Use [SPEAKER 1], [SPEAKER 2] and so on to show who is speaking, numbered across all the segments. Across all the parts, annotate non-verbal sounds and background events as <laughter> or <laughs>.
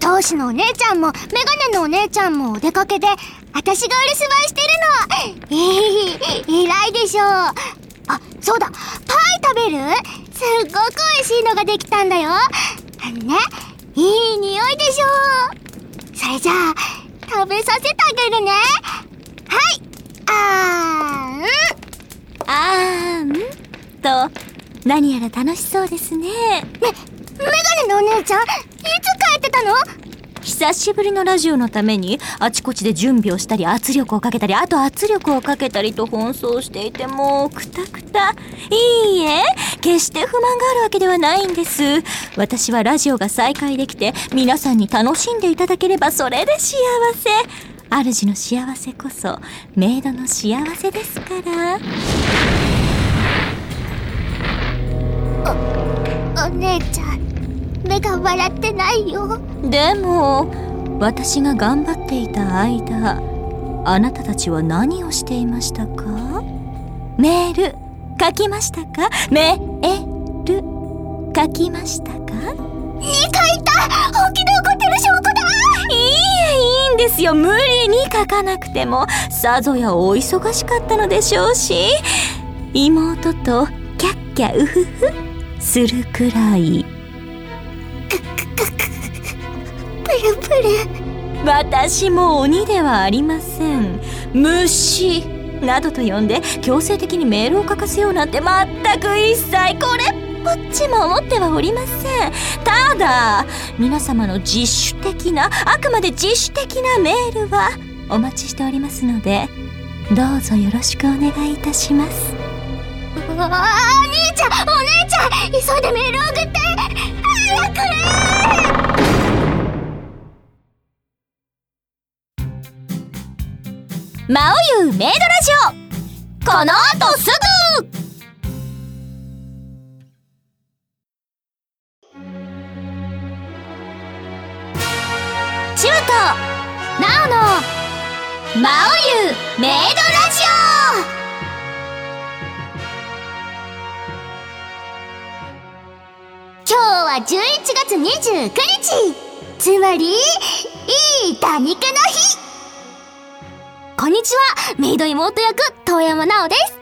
[SPEAKER 1] 私のお姉ちゃんもメガネのお姉ちゃんもお出かけで私がお留守番してるのええ偉いでしょうあそうだパイ食べるすっごく美味しいのができたんだよあのねいい匂いでしょうそれじゃあ食べさせてあげるねはいあ
[SPEAKER 2] あーんと何やら楽しそうですね
[SPEAKER 1] ーんめメガネのお姉ちゃんいつ帰ってたの
[SPEAKER 2] 久しぶりのラジオのためにあちこちで準備をしたり圧力をかけたりあと圧力をかけたりと奔走していてもうくたくたいいえ決して不満があるわけではないんです私はラジオが再開できて皆さんに楽しんでいただければそれで幸せ主の幸せこそメイドの幸せですから
[SPEAKER 1] お姉ちゃん目が笑ってないよ
[SPEAKER 2] でも私が頑張っていた間あなたたちは何をしていましたかメール書きましたかメール書きましたか
[SPEAKER 1] 2回いた本気で怒ってる証拠だ
[SPEAKER 2] いいえいいんですよ無理に書かなくてもさぞやお忙しかったのでしょうし妹とキャッキャウフフするくらい
[SPEAKER 1] プルプル
[SPEAKER 2] 私も鬼ではありません虫などと呼んで強制的にメールを書かせようなんて全く一切これっぽっちも思ってはおりませんただ皆様の自主的なあくまで自主的なメールはお待ちしておりますのでどうぞよろしくお願いいたします
[SPEAKER 1] うわあお兄ちゃんお姉ちゃん急いでメール送って早く
[SPEAKER 2] 魔王ゆうメイドラジオこの後すぐ
[SPEAKER 1] チューとナオの
[SPEAKER 2] 魔王ゆうメイドラジ
[SPEAKER 1] 今日は11月29日つまりいい打肉の日こんにちはメイド妹役遠山奈緒です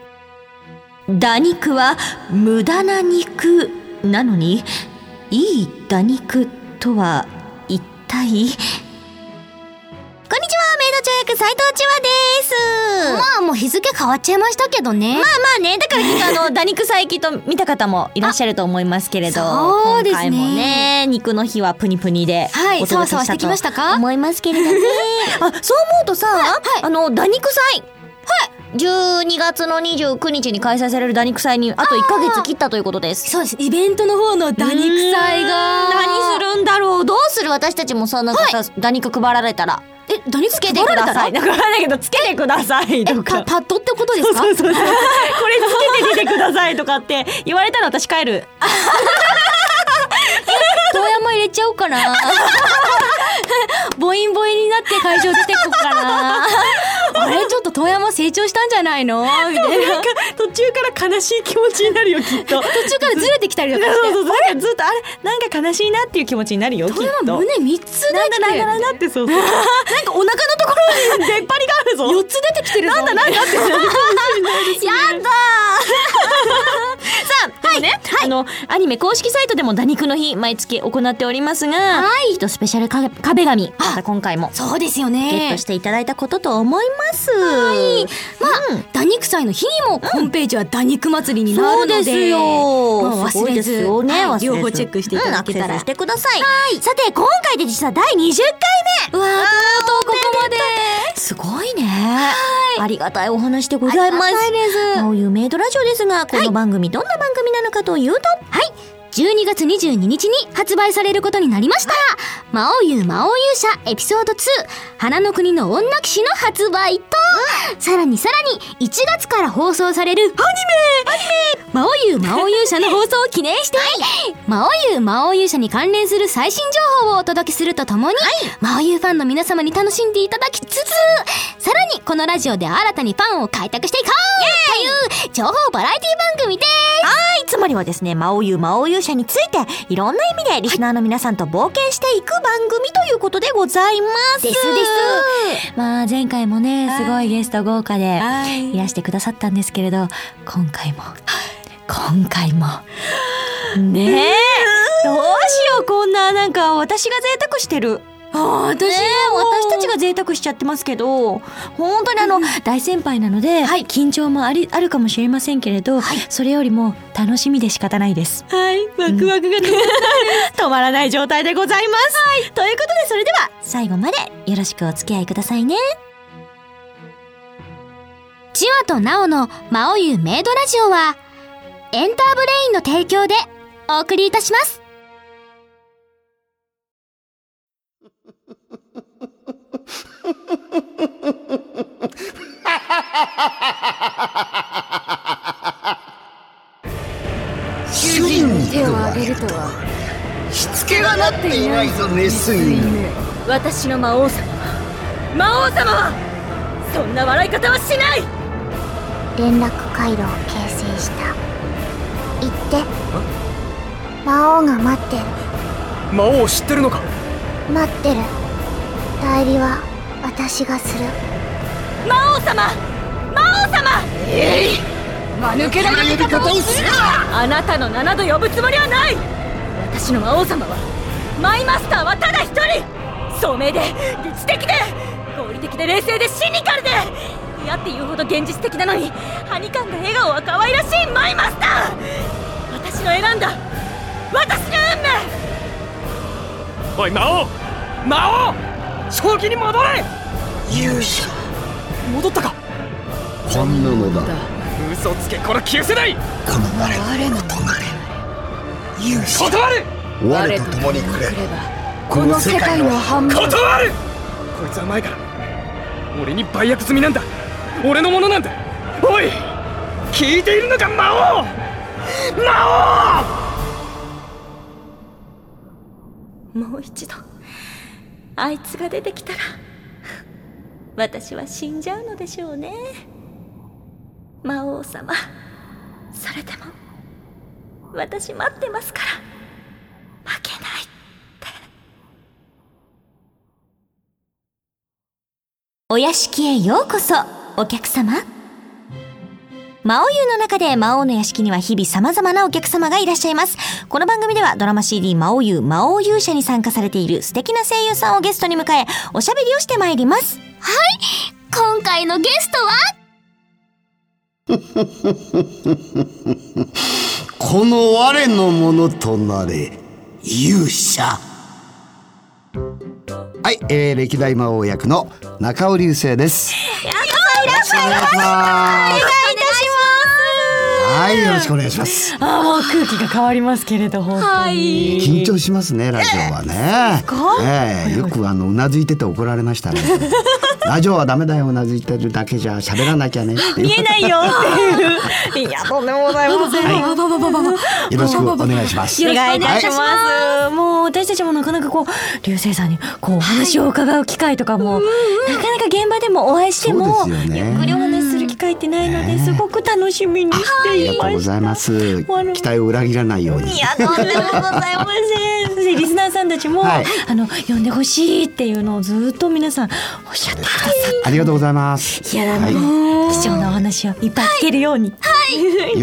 [SPEAKER 2] オ打肉は無駄な肉なのにいい打肉とは一体こんにちはメイド長役斉藤千和です
[SPEAKER 1] まあもう日付変わっちゃいましたけどね
[SPEAKER 2] まあねだからきっとあの打肉最近と見た方もいらっしゃると思いますけれど
[SPEAKER 1] あそうですね
[SPEAKER 2] 今回もね肉の日はプニプニで
[SPEAKER 1] はい
[SPEAKER 2] お届け
[SPEAKER 1] そわそわしてきましたか
[SPEAKER 2] と思いますけれどねあそう思うとさ、あの打肉祭はい12月の29日に開催される打肉祭にあと1ヶ月切ったということで
[SPEAKER 1] <laughs>
[SPEAKER 2] す
[SPEAKER 1] そうですイベントの方の打肉祭が
[SPEAKER 2] うーん何するんだろうどうする私たちもさなんかさ、打肉配られたら
[SPEAKER 1] え打肉
[SPEAKER 2] つけてくださいなんかわかんないけどつけてくださいとか
[SPEAKER 1] パパッとってことですか
[SPEAKER 2] <laughs> そうそうそうこれつけてみてくださいとかって言われたら私帰る
[SPEAKER 1] 遠山入れちゃおうか
[SPEAKER 2] <laughs>
[SPEAKER 1] なボインボインになって会場出てこっか
[SPEAKER 2] <laughs>
[SPEAKER 1] なあれちょっと遠山成長したんじゃないのみたいな
[SPEAKER 2] なんか途中から悲しい気持ちになるよき <laughs> っと
[SPEAKER 1] 途中からずれてきたりとか
[SPEAKER 2] そう
[SPEAKER 1] して
[SPEAKER 2] そうそうなんかずっとあれなんか悲しいなっていう気持ちになるよきっと
[SPEAKER 1] 遠山胸三つ出て
[SPEAKER 2] な
[SPEAKER 1] き
[SPEAKER 2] んだ
[SPEAKER 1] て
[SPEAKER 2] なん
[SPEAKER 1] る
[SPEAKER 2] だ
[SPEAKER 1] よ
[SPEAKER 2] なんだって <laughs> そうそうなんかお腹のところに出っ張りがあるぞ
[SPEAKER 1] 四つ出てきてるぞ
[SPEAKER 2] なんだなん
[SPEAKER 1] <laughs>
[SPEAKER 2] だってなるかもしれないですね
[SPEAKER 1] やだ
[SPEAKER 2] さあ、はい、ね、あの、アニメ公式サイトでも打肉の日、毎月行っておりますが、はい。きっとスペシャルか壁紙、また今回も、
[SPEAKER 1] そうですよ
[SPEAKER 2] ゲッ
[SPEAKER 1] ね
[SPEAKER 2] トしていただいたことと思います。はい。
[SPEAKER 1] まあ、打肉祭の日にもホームページは打肉祭りになる
[SPEAKER 2] そ
[SPEAKER 1] の
[SPEAKER 2] う
[SPEAKER 1] で、
[SPEAKER 2] ですよ。
[SPEAKER 1] まあ
[SPEAKER 2] す
[SPEAKER 1] 忘
[SPEAKER 2] ごい
[SPEAKER 1] れ
[SPEAKER 2] で
[SPEAKER 1] ず、
[SPEAKER 2] すよね。
[SPEAKER 1] は
[SPEAKER 2] 忘れ
[SPEAKER 1] い
[SPEAKER 2] ず
[SPEAKER 1] 両方チェックしていただけた
[SPEAKER 2] うんアクセ
[SPEAKER 1] ら、
[SPEAKER 2] スしてください。はい。さて、今回で実は第20回目。
[SPEAKER 1] うわーとうとうここまです
[SPEAKER 2] ごいね。ありがたいお話でございま
[SPEAKER 1] ありがた
[SPEAKER 2] す
[SPEAKER 1] い。です
[SPEAKER 2] こういうメイドラジオですが、この番組、どんな番組なのかというと、
[SPEAKER 1] はい。12月22日に発売されることになりました。魔王優魔王勇者エピソード2、花の国の女騎士の発売と、さらにさらに1月から放送されるアニメ魔王優魔王勇者の放送を記念して、魔王優魔王勇者に関連する最新情報をお届けするとともに、魔王優ファンの皆様に楽しんでいただきつつ、さらにこのラジオで新たにファンを開拓していこうという情報バラエティ番組です。
[SPEAKER 2] はい、つまりはですね、魔王優魔王勇者について、いろんな意味でリスナーの皆さんと冒険していく番番組ということでございます。
[SPEAKER 1] ですです
[SPEAKER 2] まあ前回もね、すごいゲスト豪華で
[SPEAKER 3] はい
[SPEAKER 2] いらしてくださったんですけれど、今回も、今回も、ねえ、 <laughs> どうしよう、こんな、なんか私が贅沢してる。
[SPEAKER 3] ああ私も、
[SPEAKER 2] ねえ私たちが贅沢しちゃってますけど本当にあの、大先輩なので、緊張もありあるかもしれませんけれど、それよりも楽しみで仕方ないです
[SPEAKER 3] はいワクワクが、
[SPEAKER 2] 止まらない状態でございます、ということでそれでは最後までよろしくお付き合いくださいね
[SPEAKER 1] チワとナオのマオユメイドラジオは、エンターブレインの提供でお送りいたします。
[SPEAKER 4] 主人に手を挙げるとはしつけがなっていないぞネスイヌ
[SPEAKER 2] 私の魔王様魔王様はそんな笑い方はしない
[SPEAKER 5] 連絡回路を形成した行って魔王が待ってる
[SPEAKER 6] 魔王を知ってるのか
[SPEAKER 5] 待ってる代理は私がする
[SPEAKER 2] 魔王様魔王様
[SPEAKER 4] 間抜けな呼び方をするな
[SPEAKER 2] あなたの七度呼ぶつもりはない私の魔王様はマイマスターはただ一人聡明で理知的で合理的で冷静でシニカルで嫌っていうほど現実的なのにはにかんだ笑顔は可愛らしいマイマスター私の選んだ私の運命
[SPEAKER 6] おい魔王魔王正気に戻れ
[SPEAKER 4] 勇者
[SPEAKER 6] 戻ったか
[SPEAKER 4] こんなのだ
[SPEAKER 6] 嘘つけこの旧世代
[SPEAKER 4] この我のとなれ勇者
[SPEAKER 6] 断る
[SPEAKER 4] 我と共にくれこの世界の半分
[SPEAKER 6] 断るこいつは前から俺に売約済みなんだ俺のものなんだおい聞いているのか魔王魔王
[SPEAKER 2] もう一度あいつが出てきたら私は死んじゃうのでしょうね魔王様それでも私待ってますから負けないってお屋敷へようこそお客様魔王湯の中で魔王の屋敷には日々様々なお客様がいらっしゃいます。この番組ではドラマ CD 魔王湯魔王勇者に参加されている素敵な声優さんをゲストに迎え、おしゃべりをしてまいります。
[SPEAKER 1] 今回のゲストは、
[SPEAKER 4] この我のものとなれ勇者はい、えー、歴代魔王役の中尾流星ですよろしくお願いしますはいよろしくお願いします
[SPEAKER 3] あもう空気が変わりますけれど本当に
[SPEAKER 4] 緊張しますねラジオはねええよくあのうなずいてて怒られました
[SPEAKER 2] <laughs>
[SPEAKER 4] ねラジオはダメだようなずいてるだけじゃ喋らなきゃねっていう
[SPEAKER 2] 見えないよって
[SPEAKER 1] <laughs>
[SPEAKER 2] いう。いや、とんでもございません。
[SPEAKER 4] よろしくお願いします
[SPEAKER 2] お願いいたします、
[SPEAKER 4] は
[SPEAKER 2] もう私たちもなかなかこう流星さんにこうお話を伺う機会とかも、なかなか現場でもお会いしても、
[SPEAKER 4] そうですよね
[SPEAKER 2] ゆっくりお話しする機会ってないので、
[SPEAKER 4] ね
[SPEAKER 2] すごく楽しみにして
[SPEAKER 4] あり
[SPEAKER 2] い
[SPEAKER 4] がと
[SPEAKER 2] ま
[SPEAKER 4] うご
[SPEAKER 2] した
[SPEAKER 4] ざいます期
[SPEAKER 2] の
[SPEAKER 4] 待を裏切らないように
[SPEAKER 2] いやとんでもございませんそしてリスナーさんたちも、
[SPEAKER 4] はい
[SPEAKER 2] あの呼んでほしいっていうのをずっと皆さんおっしゃってくださっ
[SPEAKER 4] ありがとうございます
[SPEAKER 2] ていや
[SPEAKER 4] は
[SPEAKER 2] あ
[SPEAKER 4] い
[SPEAKER 2] の貴重なお話をいっぱい聞けるように、
[SPEAKER 4] よ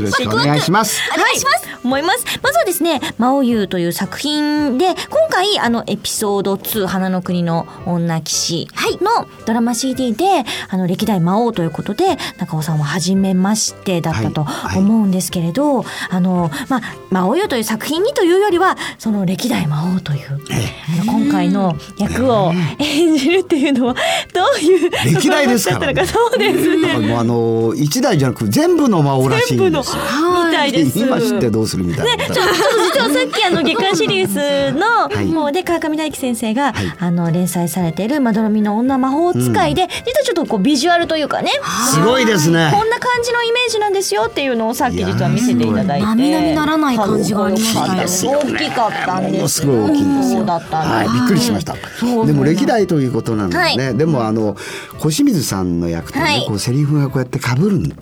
[SPEAKER 4] ろしくお願いします。
[SPEAKER 2] お願いします、思いますまずはですね「魔王優」という作品で今回あのエピソード2「花の国の女騎士」のドラマ CD で、あの歴代魔王ということで中尾さんは初めましてだったと
[SPEAKER 4] はいはい
[SPEAKER 2] 思うんですけれど、あのまあ「魔王優」という作品にというよりはその歴代魔王という、あの今回の役を演じるっていうのはどういう
[SPEAKER 4] 歴代ですからね
[SPEAKER 2] ところだったのかそうですね。
[SPEAKER 4] もうあの一台じゃなく全部の魔王らしいんですよ。
[SPEAKER 2] みたいです
[SPEAKER 4] 今知ってどうするみたいな。
[SPEAKER 2] 実はさっきあの月刊シリーズの、
[SPEAKER 4] い
[SPEAKER 2] もうで川上大輝先生が、
[SPEAKER 4] はい
[SPEAKER 2] あの連載されている「まどろみの女魔法使いで」実はちょっとこうビジュアルというかね
[SPEAKER 4] すごいですね。
[SPEAKER 2] こんな感じのイメージなんですよっていうのをさっき実は見せていただいて
[SPEAKER 1] いやーすごい並々ならない感じがありましたよ
[SPEAKER 2] かっです大きかったん
[SPEAKER 4] も
[SPEAKER 2] で
[SPEAKER 4] の
[SPEAKER 2] す
[SPEAKER 4] すごい大きいんです
[SPEAKER 2] そ
[SPEAKER 4] よ。
[SPEAKER 2] うだったんだ
[SPEAKER 4] はい、びっくりしました。
[SPEAKER 2] う
[SPEAKER 4] でも歴代ということなのでね、
[SPEAKER 2] は
[SPEAKER 4] でもあの小清水さんの役とね、
[SPEAKER 2] はい
[SPEAKER 4] こうセリフがこうやって被るん乗っ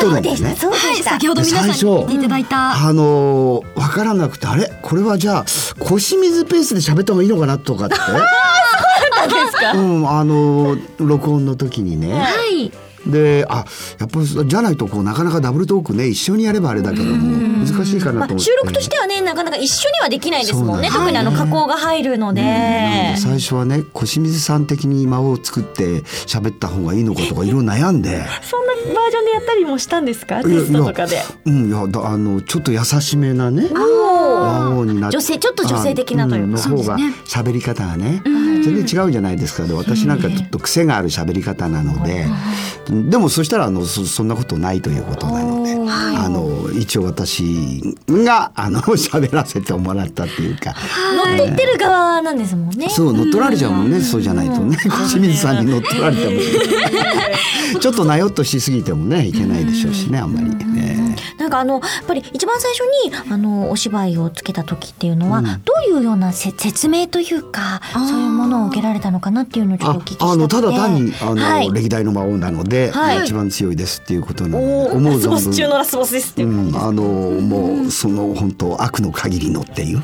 [SPEAKER 4] 取るんで
[SPEAKER 2] です
[SPEAKER 4] ね。
[SPEAKER 2] そうでした。
[SPEAKER 1] 先ほど
[SPEAKER 4] で
[SPEAKER 1] 皆
[SPEAKER 4] 最
[SPEAKER 1] さんに
[SPEAKER 4] 初
[SPEAKER 1] 見ていただいた、
[SPEAKER 4] あのー、わからなくてあれこれはじゃあ腰水ペースで喋った方がいいのかなと
[SPEAKER 2] <laughs>
[SPEAKER 4] かって。うん、あのー録音の時にね、
[SPEAKER 1] はい
[SPEAKER 4] であやっぱじゃないとこうなかなかダブルトークね一緒にやればあれだけども難しいかな
[SPEAKER 2] まあ、
[SPEAKER 4] と思って、
[SPEAKER 2] 収録としてはねなかなか一緒にはできないですもんね
[SPEAKER 4] そう
[SPEAKER 2] 特
[SPEAKER 4] なん
[SPEAKER 2] に
[SPEAKER 4] だ
[SPEAKER 2] あの加工が入るので、
[SPEAKER 4] なので最初はね小清水さん的に間を作って喋った方がいいのかとかいろいろ悩んで
[SPEAKER 3] そんなバージョンでやったりもしたんですか
[SPEAKER 4] いや
[SPEAKER 3] テストとかで。
[SPEAKER 4] うんいやだあのちょっと優しめなね魔王になって
[SPEAKER 2] 女性ちょっと女性的なというか
[SPEAKER 4] んの
[SPEAKER 2] そ
[SPEAKER 4] 方が喋り方がね全然違うじゃないですかで私なんかちょっと癖がある喋り方なのででもそしたらあのそそんなことないということなのであの一応私があの <laughs> 喋らせてもらったっていうか
[SPEAKER 2] 乗っていってる側なんですもんね。
[SPEAKER 4] そう乗っ取られちゃうもんねそうじゃないとね清水さんに乗っ取られてもねちょっとなよっとしすぎてもねいけないでしょうしねあんまりね。
[SPEAKER 2] なんかあのやっぱり一番最初にあのお芝居をつけた時っていうのは、
[SPEAKER 4] うん
[SPEAKER 2] どういうようなせ説明というかそういうものを受けられたのかなっていうのをちょっとお聞きしたくて
[SPEAKER 4] あのただ単にあの、
[SPEAKER 2] はい
[SPEAKER 4] 歴代の魔王なので、
[SPEAKER 2] はい
[SPEAKER 4] 一番強いですっていうことなので、
[SPEAKER 3] おお、
[SPEAKER 4] 思う
[SPEAKER 3] ラスボ
[SPEAKER 4] 存
[SPEAKER 3] ス中
[SPEAKER 4] 分。
[SPEAKER 3] のラスボスですって
[SPEAKER 4] う
[SPEAKER 3] いう感じ
[SPEAKER 4] ん、
[SPEAKER 3] です。
[SPEAKER 4] あのもうその本当悪の限りのっていう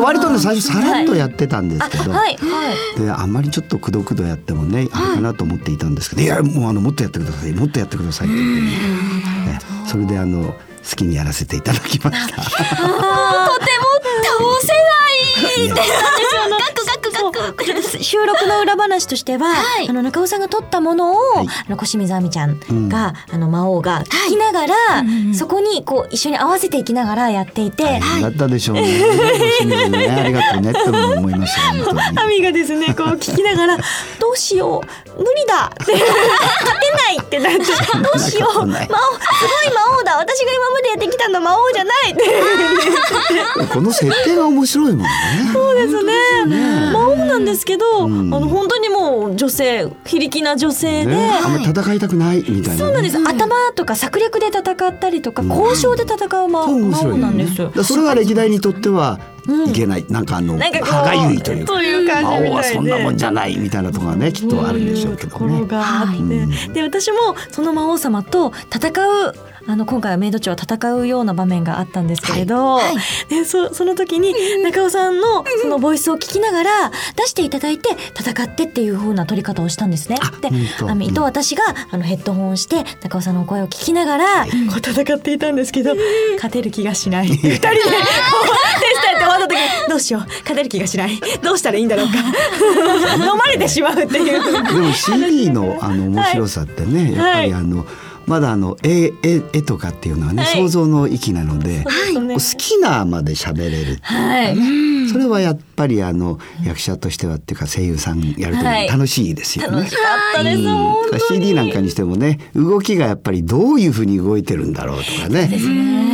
[SPEAKER 4] 割とね最初さらっとやってたんですけど、
[SPEAKER 2] はいはい
[SPEAKER 4] であんまりちょっとくどくどやってもねあれかなと思っていたんですけど、い、やもうあのもっとやってくださいもっとやってくださいって言ってね、ねそれであの好きにやらせていただきま
[SPEAKER 3] <laughs>
[SPEAKER 4] した。
[SPEAKER 2] 収録の裏話としては、あの中尾さんが撮ったものを、
[SPEAKER 4] はい
[SPEAKER 2] あの小清水亜美ちゃん
[SPEAKER 4] うん
[SPEAKER 2] が、あの魔王が聞きながら、そこにこう一緒に合わせていきながらやっていて、
[SPEAKER 4] 大変だったでしょうね。清水ねありがとうねって思いました本当に。
[SPEAKER 2] 亜美がですねこう聞きながら
[SPEAKER 4] <laughs>
[SPEAKER 2] 「どうしよう無理だ」って「勝てない」ってなって
[SPEAKER 4] <laughs>
[SPEAKER 2] 「どうしよう魔王すご
[SPEAKER 4] そんないこ
[SPEAKER 2] 魔王だ私が今までやってきたの魔王じゃない」って
[SPEAKER 4] この設定が面白いもんね。
[SPEAKER 3] そうですね。魔王なんですけど、
[SPEAKER 4] うん
[SPEAKER 3] あの本当にもう女性、非力な女性で。
[SPEAKER 4] ね、あんまり戦いたくないみたいなね、
[SPEAKER 3] そうなんです、頭とか策略で戦ったりとか、交渉で戦う魔
[SPEAKER 4] そ
[SPEAKER 3] 王
[SPEAKER 4] う面
[SPEAKER 3] 魔
[SPEAKER 4] 白いよね
[SPEAKER 3] 王なんです
[SPEAKER 4] だからそれは歴代にとっては
[SPEAKER 3] うん
[SPEAKER 4] いけない、なんかあの
[SPEAKER 3] なんかこう
[SPEAKER 4] 歯がゆいというか
[SPEAKER 3] という感
[SPEAKER 4] 魔
[SPEAKER 3] じみたいで
[SPEAKER 4] 王はそんなもんじゃないみたいなところがねきっとあるんでしょうけど
[SPEAKER 3] ところ
[SPEAKER 4] ね。
[SPEAKER 3] があって、
[SPEAKER 4] うん
[SPEAKER 3] で私もその魔王様と戦うあの今回はメイド長は戦うような場面があったんですけれど、でそその時に中尾さんのそのボイスを聞きながら出していただいて戦ってっていう風な取り方をしたんですね。で
[SPEAKER 4] 本当
[SPEAKER 3] あの伊藤
[SPEAKER 4] うん
[SPEAKER 3] 私があのヘッドホンをして中尾さんのお声を聞きながら、こう戦っていたんですけど勝てる気がしない二人で <laughs> こうテストやって終わった時にどうしよう勝てる気がしないどうしたらいいんだろうか飲まれてしまうっていう。
[SPEAKER 4] <laughs> でも CD のあの面白さってね、やっぱりあのまだあの絵絵絵とかっていうのはね、
[SPEAKER 3] はい
[SPEAKER 4] 想像の域なので、
[SPEAKER 3] はい
[SPEAKER 4] 好きなまで喋れるっていうかね、それはやっぱりあの役者としてはっていうか声優さんやると
[SPEAKER 3] はい
[SPEAKER 4] 楽しいですよね。
[SPEAKER 3] 楽しかったです、本
[SPEAKER 4] うん、
[SPEAKER 3] 当に
[SPEAKER 4] CD なんかにしてもね動きがやっぱりどういうふうに動いてるんだろうとかね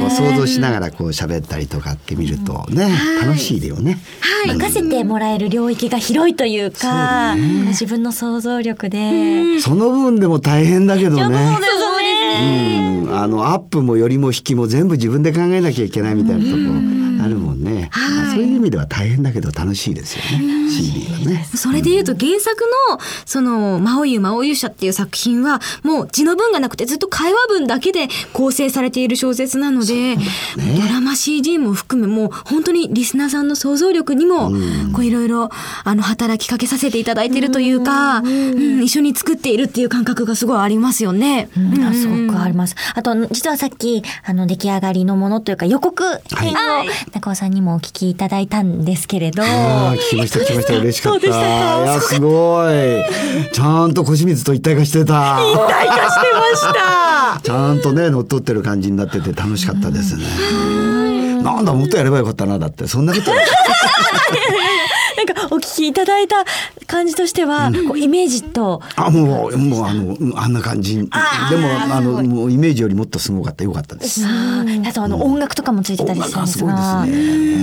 [SPEAKER 4] こう想像しながらこう喋ったりとかって見るとね、楽しいよね。うん
[SPEAKER 2] 任せてもらえる領域が広いというか、自分の想像力で、
[SPEAKER 4] その分でも大変だけどね。
[SPEAKER 2] そうですね
[SPEAKER 4] うん、あのアップもよりも引きも全部自分で考えなきゃいけないみたいなとこあるもんね。まあそういう意味では大変だけど楽しいですよね。CD はね。
[SPEAKER 1] それで言うと原作の、その、魔王優魔王勇者っていう作品は、もう字の文がなくてずっと会話文だけで構成されている小説なので、ドラマ CD も含め、もう本当にリスナーさんの想像力にも、こういろいろ、あの、働きかけさせていただいているというか、うん一緒に作っているっていう感覚がすごいありますよね。
[SPEAKER 2] うんあすごくあります。あと、実はさっき、あの、出来上がりのものというか、予告編を、中尾さんにもお聞きいただいたんですけれど、
[SPEAKER 4] ああ聞きました聞きました嬉しかった。いやすごい。ちゃんと小清水と一体化してた。
[SPEAKER 3] 大化して
[SPEAKER 4] <laughs>
[SPEAKER 3] ました
[SPEAKER 4] ちゃんとね乗っ取ってる感じになってて楽しかったですね。なんだもっとやればよかったなだってそんなことない。
[SPEAKER 3] なんかお聞きいただいた感じとしては、こうイメージと
[SPEAKER 4] あもうもうあのうんあんな感じ。でもあのもうイメージよりもっとすごかったよかったです。
[SPEAKER 2] あとあの音楽とかもついてたり
[SPEAKER 4] 音
[SPEAKER 2] す
[SPEAKER 4] 楽
[SPEAKER 2] るん
[SPEAKER 4] が
[SPEAKER 2] ですす
[SPEAKER 4] ごい
[SPEAKER 2] が、
[SPEAKER 4] で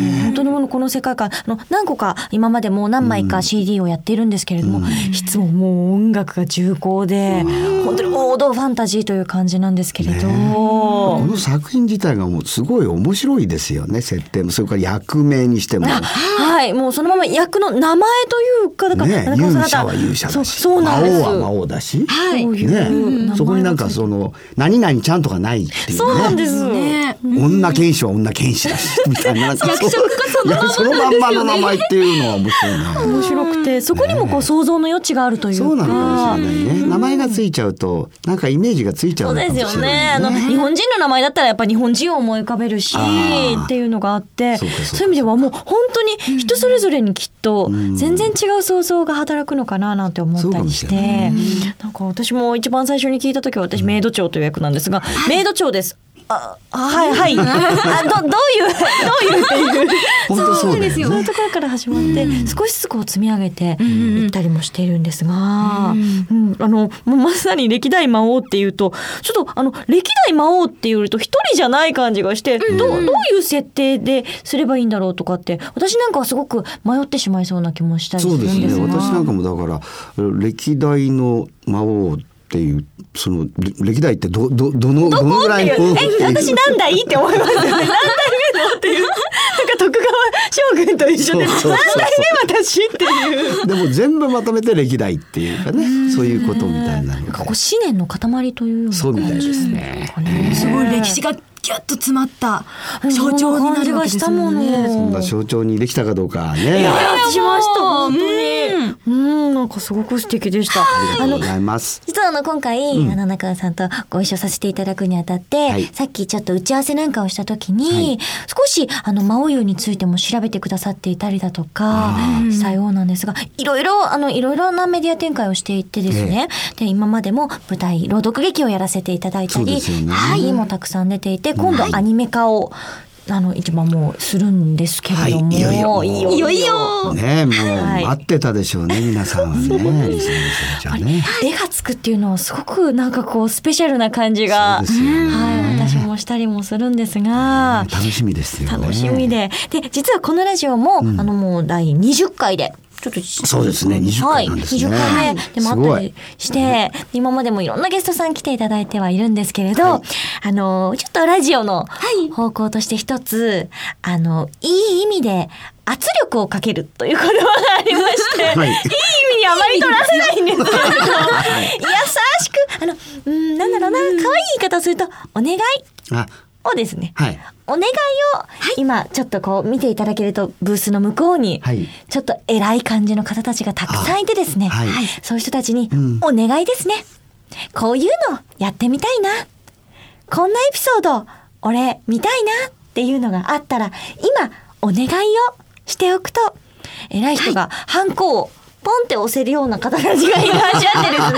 [SPEAKER 4] すね。
[SPEAKER 2] 本当にもうこの世界観、あの何個か今までもう何枚か CD をやっているんですけれども、いつももう音楽が重厚で、本当に王道ファンタジーという感じなんですけれど、
[SPEAKER 4] この作品自体がもうすごい面白いですよね設定もそれから役名にしても。
[SPEAKER 2] はい、もうそのまま役役の名前というかだから、
[SPEAKER 4] ね
[SPEAKER 2] 田、中
[SPEAKER 4] 勇
[SPEAKER 2] さ
[SPEAKER 4] 者
[SPEAKER 2] ん方
[SPEAKER 4] は勇者
[SPEAKER 2] そ
[SPEAKER 4] だ
[SPEAKER 2] う
[SPEAKER 4] し
[SPEAKER 2] そうなんです
[SPEAKER 4] 魔王は魔王だし、
[SPEAKER 2] はい
[SPEAKER 4] ね、そこになんかその何々ちゃんとかないっていうね
[SPEAKER 2] そうなんです、
[SPEAKER 4] 女剣士は女剣士だし
[SPEAKER 2] <laughs>
[SPEAKER 4] みたいななんかそう役職がそのまんまの名前っていうのは面白いね。
[SPEAKER 2] 面白くてそこにもこう想像の余地があるというか
[SPEAKER 4] そうなのかもしれないね。名前がついちゃうと、なんかイメージがついちゃ
[SPEAKER 2] そうう
[SPEAKER 4] のか
[SPEAKER 2] で
[SPEAKER 4] もし
[SPEAKER 2] す
[SPEAKER 4] れ
[SPEAKER 2] よね
[SPEAKER 4] な
[SPEAKER 2] あ
[SPEAKER 4] い
[SPEAKER 2] の
[SPEAKER 4] ね。
[SPEAKER 2] 日本人の名前だったらやっぱ日本人を思い浮かべるし
[SPEAKER 4] あー
[SPEAKER 2] っていうのがあって
[SPEAKER 4] そ
[SPEAKER 2] そうう
[SPEAKER 4] かそうか
[SPEAKER 2] いう意味ではもう本当に人それぞれにきっと全然違う想像が働くのかななんて思ったりし
[SPEAKER 4] そうかも
[SPEAKER 2] てなんか私も一番最初に聞いた時は私メイド長という役なんですがメイド長です。あはい <laughs> はいあどどういうどういうっていう
[SPEAKER 4] 本当そうだよ
[SPEAKER 2] そうい
[SPEAKER 4] ね
[SPEAKER 2] う。ところから始まって、少しずつこう積み上げていったりもしているんですが、うんあのもうまさに歴代魔王っていうとちょっとあの歴代魔王っていうと一人じゃない感じがして、どうどういう設定ですればいいんだろうとかって私なんかはすごく迷ってしまいそうな気もしたりす
[SPEAKER 4] そ
[SPEAKER 2] る
[SPEAKER 4] うん
[SPEAKER 2] で
[SPEAKER 4] ですす
[SPEAKER 2] が
[SPEAKER 4] ね。私なんかもだから、歴代の魔王っていう、そのれ歴代ってど、ど、どの、どのぐらいの
[SPEAKER 2] どこ
[SPEAKER 4] 王
[SPEAKER 2] っ
[SPEAKER 4] ってて
[SPEAKER 2] いうえ
[SPEAKER 4] いう
[SPEAKER 2] 私なんだいって思います <laughs> よね何代目のって <laughs> いうなんか徳川将軍と一緒で
[SPEAKER 4] そう
[SPEAKER 2] 何
[SPEAKER 4] そうそう
[SPEAKER 2] 代目私っていう。
[SPEAKER 4] でも全部まとめて歴代っていうかね、そういうことみたいなの
[SPEAKER 2] こ
[SPEAKER 4] が
[SPEAKER 2] こ。思念の塊というような
[SPEAKER 4] そうみたいですね。
[SPEAKER 7] すごい歴史がギュッと詰まった象徴になるわけですもんね。
[SPEAKER 2] そ
[SPEAKER 4] そん
[SPEAKER 2] んな
[SPEAKER 4] な象徴にできたかどうかね。
[SPEAKER 2] しました本当にうんなんかすごく素敵でした
[SPEAKER 4] ありがとうございます。
[SPEAKER 8] 実はあの今回、あの中川さんとご一緒させていただくにあたって、
[SPEAKER 4] はい
[SPEAKER 8] さっきちょっと打ち合わせなんかをした時に、
[SPEAKER 4] はい
[SPEAKER 8] 少しあの魔王湯についても調べてくださっていたりだとかしたようなんですがいろいろあのいろいろなメディア展開をしていってですね、で今までも舞台朗読劇をやらせていただいた
[SPEAKER 4] そうで
[SPEAKER 8] り、
[SPEAKER 4] すよね
[SPEAKER 8] はい、絵もたくさん出ていて今度アニメ化を、あの一番もうするんですけれども、
[SPEAKER 4] はいいよいよ
[SPEAKER 8] いよいよ
[SPEAKER 4] ねもう
[SPEAKER 8] はい
[SPEAKER 4] 待ってたでしょうね、皆さんはね。リスナーの人たちはね。
[SPEAKER 2] 絵がつくっていうのはすごくなんかこうスペシャルな感じが、
[SPEAKER 4] そうですよね
[SPEAKER 2] はい、私もしたりもするんですが、
[SPEAKER 4] 楽しみですよね。
[SPEAKER 2] 楽しみでで実はこのラジオも、あのもう第20回でちょっと
[SPEAKER 4] そうですね20回なんですね
[SPEAKER 2] はい、20回目でも
[SPEAKER 4] す
[SPEAKER 2] あ
[SPEAKER 4] ご
[SPEAKER 2] った
[SPEAKER 4] い
[SPEAKER 2] りして今までもいろんなゲストさん来ていただいてはいるんですけれど、あのちょっとラジオの方向として一つ、あのいい意味で圧力をかけるという言葉がありまして、
[SPEAKER 4] <laughs> はい
[SPEAKER 2] いい意味にあまり取らせないんです
[SPEAKER 4] <laughs>
[SPEAKER 2] けれど優しくあのうんなんだろうな可愛い言い方をすると「お願い
[SPEAKER 4] あ、」
[SPEAKER 2] をですね
[SPEAKER 4] はい。
[SPEAKER 2] お願いを、今ちょっとこう見ていただけるとブースの向こうに、
[SPEAKER 4] はい
[SPEAKER 2] ちょっと偉い感じの方たちがたくさんいてですね、
[SPEAKER 4] あはい
[SPEAKER 2] はいそういう人たちに、
[SPEAKER 4] ん
[SPEAKER 2] お願いですねこういうのやってみたいなこんなエピソード俺見たいなっていうのがあったら今お願いをしておくと偉い人がハンコをポンって押せるような方たちがいらっしゃってです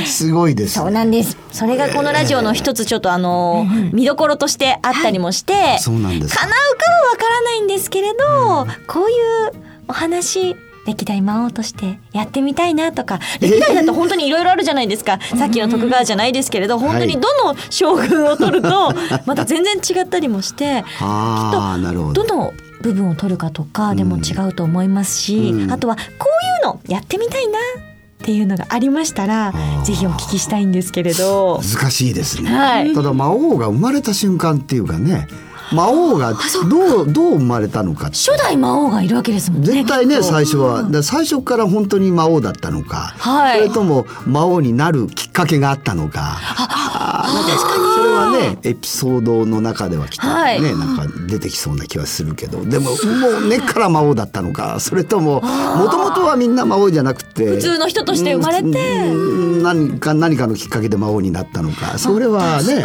[SPEAKER 2] ね
[SPEAKER 4] <laughs> すごいです、ね。
[SPEAKER 2] そうなんです。それがこのラジオの一つちょっとあの見どころとしてあったりもして、
[SPEAKER 4] そうなんです。
[SPEAKER 2] 叶うかはわからないんですけれど、こういうお話歴代魔王としてやってみたいなとか歴代だと本当にいろいろあるじゃない
[SPEAKER 4] <laughs>
[SPEAKER 2] ですか、さっきの徳川じゃないですけれど本当にどの将軍を取るとまた全然違ったりもして
[SPEAKER 4] ああ、なるほど
[SPEAKER 2] ど。の部分を取るかとかでも違うと思いますし、
[SPEAKER 4] うん
[SPEAKER 2] あとはこういうのやってみたいなっていうのがありましたら
[SPEAKER 4] ー
[SPEAKER 2] ぜひお聞きしたいんですけれど。
[SPEAKER 4] 難しいですね。
[SPEAKER 2] はい
[SPEAKER 4] ただ魔王が生まれた瞬間っていうかね、魔王がどうどう生まれたのかって。
[SPEAKER 8] 初代魔王がいるわけですもんね
[SPEAKER 4] 絶対ね最初はだから最初から本当に魔王だったのか、
[SPEAKER 2] はい
[SPEAKER 4] それとも魔王になるきっかけがあったのかあーなんかそれはねエピソードの中ではきっとね、
[SPEAKER 2] はい
[SPEAKER 4] なんか出てきそうな気はするけどでももう根っから魔王だったのかそれとももともとはみんな魔王じゃなくて普
[SPEAKER 2] 普通の人として生まれて
[SPEAKER 4] 何か何かのきっかけで魔王になったのかそれはね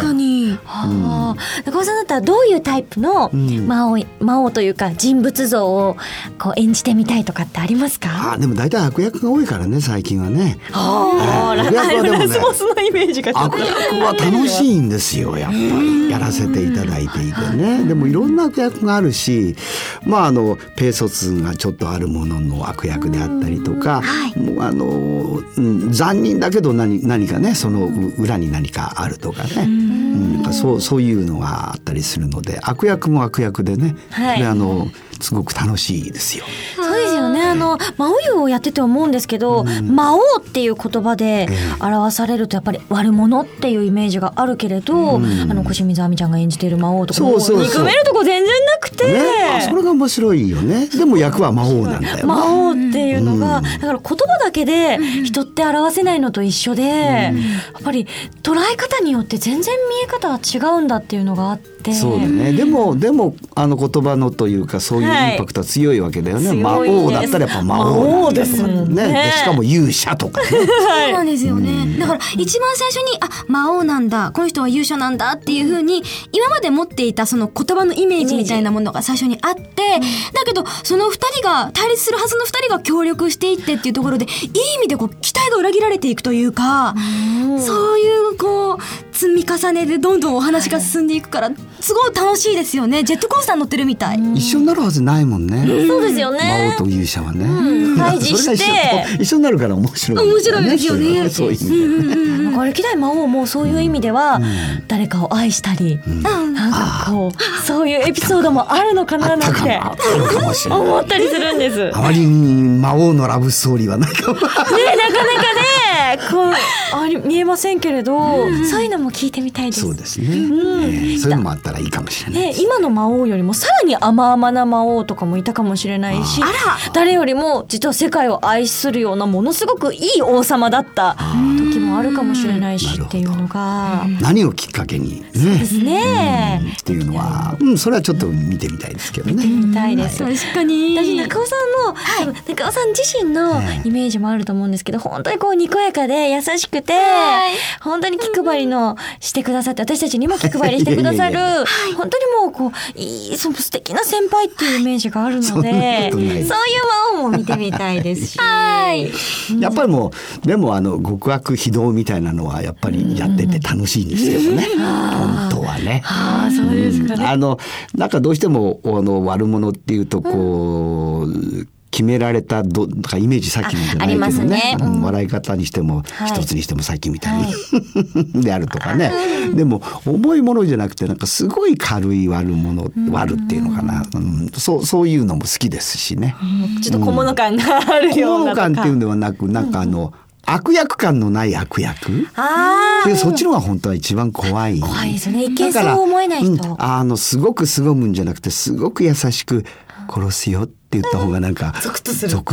[SPEAKER 2] ああ、中尾さんだったらどういうタイプの
[SPEAKER 4] ん
[SPEAKER 2] 魔王,、魔王というか人物像をこう演じてみたいとかってありますか？
[SPEAKER 4] あーでも大体悪役が多いからね最近はね
[SPEAKER 2] あ
[SPEAKER 4] ーライブラスボ
[SPEAKER 2] スのイメージが
[SPEAKER 4] 悪役は楽しいんですよやっぱりやらせていただいていてねでもいろんな悪役があるしまああのペーソツがちょっとあるものの悪役であったりとかもうあの、うん、残忍だけど何何かねその裏に何かあるとかねうんなんかそうそういうのがあったりするので悪役も悪役でね、
[SPEAKER 2] はい
[SPEAKER 4] であのすごく楽しいですよ。
[SPEAKER 2] そうですよね。あの魔王湯をやってて思うんですけど、魔王っていう言葉で
[SPEAKER 4] ええ
[SPEAKER 2] 表されるとやっぱり悪者っていうイメージがあるけれど、あの小清水亜美ちゃんが演じている魔王とか
[SPEAKER 4] そうそうそう
[SPEAKER 2] も憎めるとこ全然なくて、
[SPEAKER 4] ね、あそれが面白いよねでも役は魔王なんだよ、
[SPEAKER 2] 魔王っていうのが、
[SPEAKER 4] うん
[SPEAKER 2] だから言葉だけで人って表せないのと一緒で、やっぱり捉え方によって全然見え方が違うんだっていうのがあって。
[SPEAKER 4] そうだね、でもでもあの言葉のというかそういうインパクトは強いわけだよね、魔王だったらやっぱ魔王なんだよ
[SPEAKER 2] 魔王ですもん
[SPEAKER 4] ね
[SPEAKER 2] ね
[SPEAKER 4] でしかも勇者とかね
[SPEAKER 1] そうなんですよね。だから一番最初に、あ、魔王なんだ、この人は勇者なんだっていう風に、今まで持っていたその言葉のイメージみたいなものが最初にあって、だけど、その二人が、対立するはずの二人が協力していってっていうところで、いい意味でこう、期待が裏切られていくというか、そういうこう、積み重ねでどんどんお話が進んでいくから、すごい楽しいですよね。ジェットコースター乗ってるみたい。
[SPEAKER 4] 一緒になるはずないもんね、
[SPEAKER 9] そうですよ
[SPEAKER 4] 魔
[SPEAKER 9] ね
[SPEAKER 4] 王と勇者はね、
[SPEAKER 9] 対峙
[SPEAKER 4] <laughs> それが
[SPEAKER 9] して
[SPEAKER 4] 一緒と一緒になるから面白い、
[SPEAKER 1] 面白いですよね
[SPEAKER 4] それはそういう意味ではね
[SPEAKER 2] なんか歴代魔王もそういう意味では誰かを愛したり、なんかこうそういうエピソードもあるのか
[SPEAKER 4] あ
[SPEAKER 2] な
[SPEAKER 4] っ
[SPEAKER 2] な
[SPEAKER 4] た
[SPEAKER 2] ん
[SPEAKER 4] か
[SPEAKER 2] て
[SPEAKER 4] なあったのかもしれない
[SPEAKER 2] 思ったりするん <laughs> です。ね
[SPEAKER 4] あまりに魔王のラブストーリーはないかも
[SPEAKER 2] なかなかねこうあり見えませんけれど、そういうのも聞いてみたいです。
[SPEAKER 4] そうですね、
[SPEAKER 2] ん
[SPEAKER 4] えーそういうのもあったらいいかもしれない
[SPEAKER 2] ね、今の魔王よりもさらに甘々な魔王とかもいたかもしれないし誰よりも実は世界を愛するようなものすごくいい王様だった時もあるかもしれないしっていうのが。
[SPEAKER 4] 何をきっかけに、ね
[SPEAKER 2] ですね。
[SPEAKER 4] うんっていうのは、うん、それはちょっと見てみたいですけどね。
[SPEAKER 2] みたいです。
[SPEAKER 1] 確かに
[SPEAKER 2] 私中尾さんの、多分中尾さん自身の
[SPEAKER 4] ええ
[SPEAKER 2] イメージもあると思うんですけど本当にこうにこやかで優しくて本当に気配りのしてくださって私たちにも気配りしてくださる
[SPEAKER 4] いやいや
[SPEAKER 2] 本当にもうこういいその素敵な先輩っていうイメージがあるので
[SPEAKER 4] そ
[SPEAKER 2] そう
[SPEAKER 4] んなことない
[SPEAKER 2] いう魔王も見てみたいです <laughs> し。
[SPEAKER 4] やっぱりもう、でもあの極悪非道みたいなのはやっぱりやってて楽しいんですけどね。本当はね。
[SPEAKER 2] ああそうですか
[SPEAKER 4] あのなんかどうしてもあの悪者っていうとこう、決められたどなんかイメージさっきのじゃないけ
[SPEAKER 9] ああります
[SPEAKER 4] どね
[SPEAKER 9] ね
[SPEAKER 4] うん笑い方にしても、
[SPEAKER 2] い
[SPEAKER 4] 一つにしてもさっきみたいに、 <laughs> であるとかねでも重いものじゃなくてなんかすごい軽い悪者、悪っていうのかな、うん、そうそういうのも好きですしね。
[SPEAKER 2] ちょっと小物感があるよ
[SPEAKER 4] 小
[SPEAKER 2] うな
[SPEAKER 4] 物
[SPEAKER 2] とか。
[SPEAKER 4] 感っていうのではなくなんかあの、悪役感のない悪役
[SPEAKER 2] ああ
[SPEAKER 4] でそっちの方が本当は一番怖い。
[SPEAKER 2] 怖いですよね一見
[SPEAKER 4] だか
[SPEAKER 2] そ
[SPEAKER 4] ら
[SPEAKER 2] う思えない人。
[SPEAKER 4] うんあのすごく凄むんじゃなくてすごく優しく殺すよって言った方がなんか、 <laughs> ゾク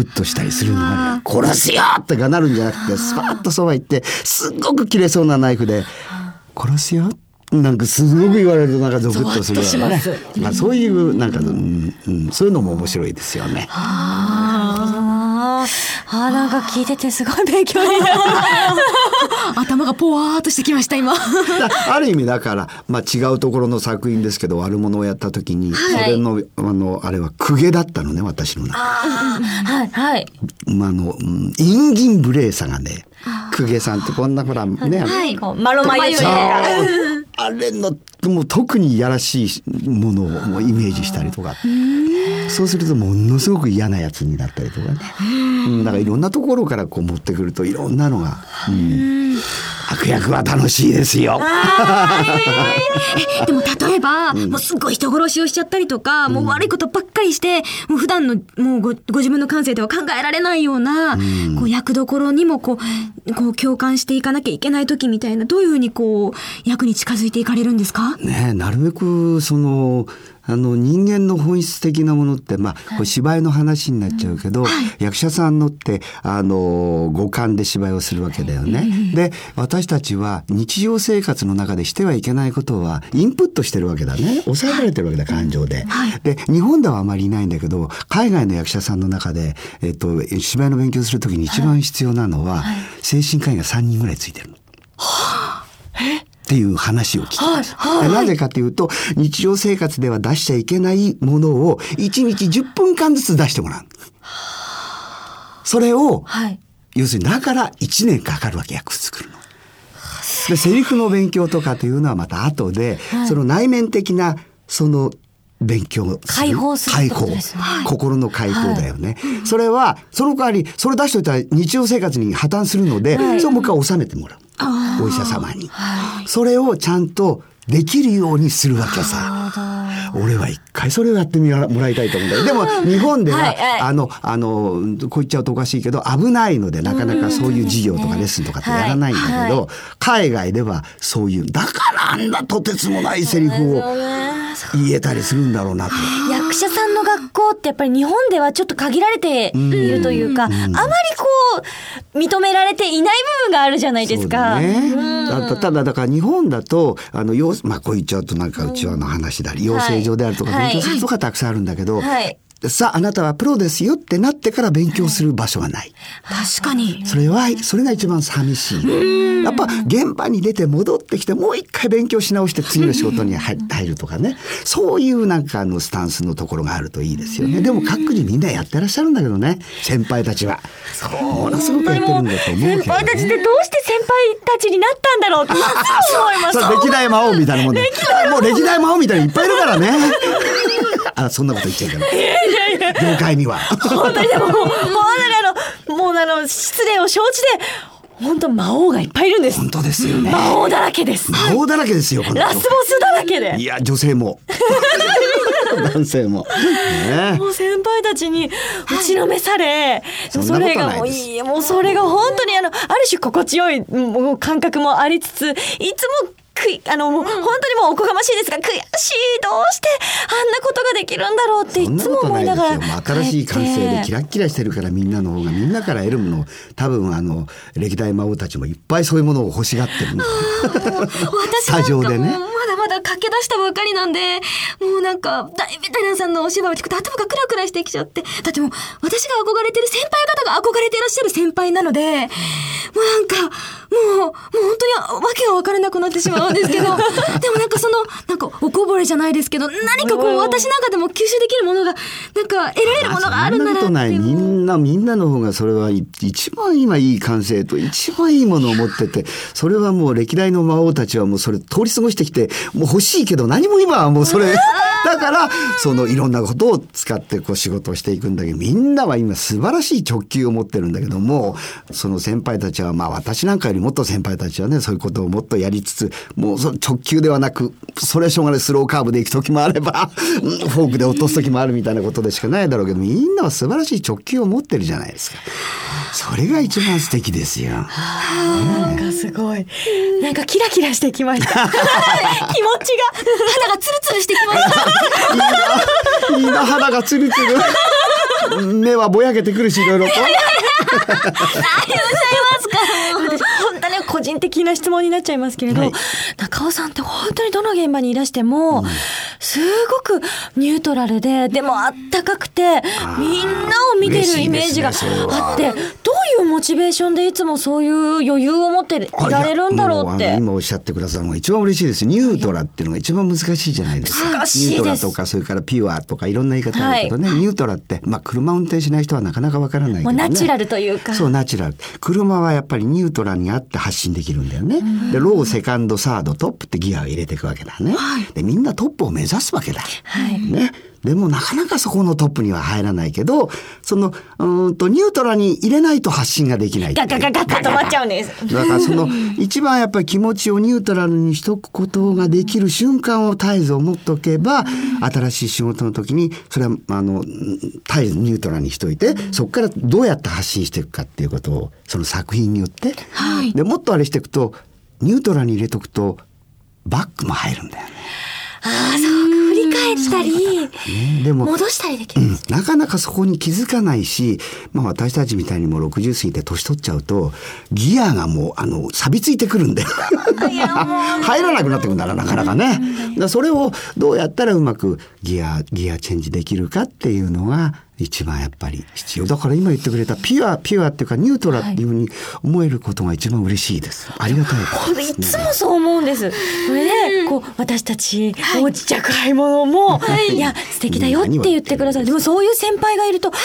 [SPEAKER 4] ッとしたりするのがある殺すよとかなるんじゃなくてスパッとそば行ってすっごく切れそうなナイフで殺すよなんかすごく言われるとなんかゾクッとするよね。まあそういうなんか、うんうん、そういうのも面白いですよね。
[SPEAKER 2] あーあーなんか聞いててすごい勉強
[SPEAKER 1] <laughs>
[SPEAKER 2] になる。
[SPEAKER 1] 頭がポワーっとしてきました
[SPEAKER 3] <laughs>
[SPEAKER 1] 今
[SPEAKER 4] だ <laughs> ある意味だから、まあ、違うところの作品ですけど悪者をやった時に、それのあのあれは公家だったのね私の中で
[SPEAKER 2] はいはい。
[SPEAKER 4] まあ、あの、うん陰銀無礼さがね、公家さんってこんなほらね、あの
[SPEAKER 2] こうマロマユ
[SPEAKER 4] そう
[SPEAKER 2] が。
[SPEAKER 4] あれの、もう特にいやらしいものをもうイメージしたりとか。そうするとものすごく嫌なやつになったりとかね。うんだからいろんなところからこう持ってくるといろんなのが、うん悪役は楽しいですよ。
[SPEAKER 1] でも例えば、もうすごい人殺しをしちゃったりとか、もう悪いことばっかりしてもう普段のもうごご自分の感性では考えられないような、こう役どころにもこうこう共感していかなきゃいけない時みたいなどういうふうにこう役に近づいていかれるんですか
[SPEAKER 4] ねえなるべくそのあの人間の本質的なものって、まあ、これ芝居の話になっちゃうけど、役者さんのってあの五感で芝居をするわけだよね。で私たちは日常生活の中でしてはいけないことはインプットしてるわけだね抑えられてるわけだ感情で。で日本ではあまりいないんだけど海外の役者さんの中で、えっと、芝居の勉強する時に一番必要なのは、精神科医が3人ぐらいついてるの。っていう話を聞きました。でなぜかというと、日常生活では出しちゃいけないものを、1日10分間ずつ出してもらう。それを、
[SPEAKER 2] はい。
[SPEAKER 4] 要するに、だから1年かかるわけ、役作るの。で、セリフの勉強とかというのはまた後で、その内面的な、その、勉強する
[SPEAKER 2] 解放するってことですね
[SPEAKER 4] 解放心の解放だよね、それはその代わりそれ出しといたら日常生活に破綻するので、それをもう一回収めてもらうお医者様に、それをちゃんとできるようにするわけさ俺は一回それをやってみらもらいたいと思うんだけどでも日本では、あのあのこう言っちゃうとおかしいけど危ないのでなかなかそういう授業とかレッスンとかってやらないんだけど、海外ではそういうだからあんなとてつもないセリフを言えたりするんだろうなと。
[SPEAKER 3] 役者さんの学校ってやっぱり日本ではちょっと限られているというか、あまりこう、認められていない部分があるじゃないです
[SPEAKER 4] そ
[SPEAKER 3] か。
[SPEAKER 4] うだねだたただだから日本だとあの養まあこう言っちゃうとなんかうちわの話だり、養成所であるとか
[SPEAKER 3] はい
[SPEAKER 4] 勉強するとかたくさんあるんだけど、
[SPEAKER 3] はい
[SPEAKER 4] さああなたはプロですよってなってから勉強する場所はない。
[SPEAKER 10] 確かに。
[SPEAKER 4] それはそれが一番寂しい。やっぱ現場に出て戻ってきてもう一回勉強し直して次の仕事に入入るとかねそういうなんかあのスタンスのところがあるといいですよね。でも各自みんなやってらっしゃるんだけどね先輩たちは。ものすごくやってるんだと思うけど、ね。
[SPEAKER 3] 先輩たちってどうして先輩たちになったん
[SPEAKER 1] <laughs>
[SPEAKER 3] だろうっていつも思います。
[SPEAKER 4] <laughs> そう歴代魔王みたいなもんで、もう歴代魔王みたいにいっぱいいるから <laughs> ね。あ、そんなこと言っちゃいけない。業界には。
[SPEAKER 3] 本当にでも、もうあの、もうあの、失礼を承知で、本当魔王がいっぱいいるんです。
[SPEAKER 4] 本当ですよね。
[SPEAKER 3] 魔王だらけです。
[SPEAKER 4] 魔王だらけですよ、この
[SPEAKER 3] ラスボスだらけで。
[SPEAKER 4] いや、女性 <laughs> も。男性も。ね
[SPEAKER 3] もう先輩たちに打ちのめされ、
[SPEAKER 4] そんな
[SPEAKER 3] それが
[SPEAKER 4] こと
[SPEAKER 3] も
[SPEAKER 4] な
[SPEAKER 3] う
[SPEAKER 4] いです
[SPEAKER 3] いいもうそれが本当にあのある種心地よいもう感覚もありつついつもくいあのもう本当にもうおこがましいですが悔しいどうしてあんなことができるんだろうってい
[SPEAKER 4] そんな
[SPEAKER 3] つも
[SPEAKER 4] こと
[SPEAKER 3] 思
[SPEAKER 4] ないいで
[SPEAKER 3] な
[SPEAKER 4] すよ。
[SPEAKER 3] がら
[SPEAKER 4] もう新しい感性でキ
[SPEAKER 3] 帰って
[SPEAKER 4] ラッキラしてるからみんなの方がみんなから得るものを多分あの歴代魔王たちもいっぱいそういうものを欲しがってるんだ <laughs>
[SPEAKER 10] 私
[SPEAKER 4] 多
[SPEAKER 10] なん
[SPEAKER 4] 情
[SPEAKER 10] かも
[SPEAKER 4] で
[SPEAKER 10] う
[SPEAKER 4] ね
[SPEAKER 10] まだまだ駆け出したばっかりなんで、もうなんか大ベテランさんのお芝居を聞くと頭がクラクラしてきちゃって、だってもう私が憧れてる先輩方が憧れていらっしゃる先輩なので、もうなんか、もう、もう本当にわけがわからなくなってしまうんですけど、でもなんかその、なんかおこぼれじゃないですけど、何かこう私なんかでも吸収できるものが、なんか得られるものがある
[SPEAKER 4] そ
[SPEAKER 10] なん
[SPEAKER 4] な
[SPEAKER 10] ら
[SPEAKER 4] ことない
[SPEAKER 10] って
[SPEAKER 4] みんなみんなの方がそれはい一番今いい感性と一番いいものを持っててそれはもう歴代の魔王たちはもうそれ通り過ごしてきてもう欲しいけど何も今はもうそれだからそのいろんなことを使ってこう仕事をしていくんだけどみんなは今素晴らしい直球を持ってるんだけどもその先輩たちはまあ私なんかよりもっと先輩たちはねそういうことをもっとやりつつもうその直球ではなくそれはしょうがないスローカーブで行く時もあれば <laughs> うんフォークで落とす時もあるみたいなことでしかないだろうけどみんなは素晴らしい直球を持ってるじゃないですかそれが一番素敵ですよ
[SPEAKER 3] なんかすごいなんかキラキラしてき
[SPEAKER 4] <laughs>
[SPEAKER 3] ました <laughs> 気持ちが
[SPEAKER 10] 肌がツルツルしてきました。
[SPEAKER 4] みんな肌がツルツル目はぼやけてくるしいろいろと
[SPEAKER 3] 本当に個人的な質問になっちゃいますけれど、
[SPEAKER 4] はい
[SPEAKER 3] 中尾さんって本当にどの現場にいらしても、すごくニュートラルででもあったかくてみんなを見て
[SPEAKER 4] 嬉
[SPEAKER 3] る
[SPEAKER 4] し
[SPEAKER 3] イ
[SPEAKER 4] いで
[SPEAKER 3] メー
[SPEAKER 4] す
[SPEAKER 3] ジ
[SPEAKER 4] ね
[SPEAKER 3] があって、どういうモチベーションでいつもそういう余裕を持っていられるんだろう
[SPEAKER 4] い
[SPEAKER 3] っ
[SPEAKER 4] やもあの
[SPEAKER 3] て。
[SPEAKER 4] 今おっしゃってくださるのが一番嬉しいですニュートラっていうのが一番難しいじゃないですか
[SPEAKER 3] 難しいです
[SPEAKER 4] ニュートラとかそれからピュアとかいろんな言い方あるけどね、ニュートラってまあ車運転しない人はなかなかわからないけど
[SPEAKER 3] もう
[SPEAKER 4] ね
[SPEAKER 3] ナチュラルというか。
[SPEAKER 4] そうナチュラル車はやっぱりニュートラルにあって発信できるんだよね、でローセカンドサードトップってギアを入れていくわけだね、でみんなトップを目指すわけだ、ね、でもなかなかそこのトップには入らないけどそのうーんとニュートラルに入れないと発信ができないってい
[SPEAKER 3] ガ
[SPEAKER 4] う
[SPEAKER 3] ガガガッと止まっちゃうんです。
[SPEAKER 4] だからその一番やっぱり気持ちをニュートラルにしとくことができる瞬間を絶えず思っとけば新しい仕事の時にそれはあのうん絶えずニュートラルにしといてそこからどうやって発信していくかっていうことをその作品によって、でもっとあれしていくとニュートラルに入れとくとバックも入るんだよね。
[SPEAKER 3] 振り返ったり、
[SPEAKER 4] でも
[SPEAKER 3] 戻したりできる。
[SPEAKER 4] なかなかそこに気づかないし、まあ私たちみたいにもう60過ぎて年取っちゃうと、ギアがもう、あの、錆びついてくるんで。入らなくなってくるんだな、なかなかね。だからそれをどうやったらうまくギア、ギアチェンジできるかっていうのが、一番やっぱり必要。だから今言ってくれたピュア、ピュアっていうかニュートラっていうふうに思えることが一番嬉しいです。ありがたいことです
[SPEAKER 3] い
[SPEAKER 4] ね。
[SPEAKER 3] つもそう思うんです。これで、こう、私たち、おちっちゃく買い物も、い、や、素敵だよって言ってくださる。でもそういう先輩がいると、本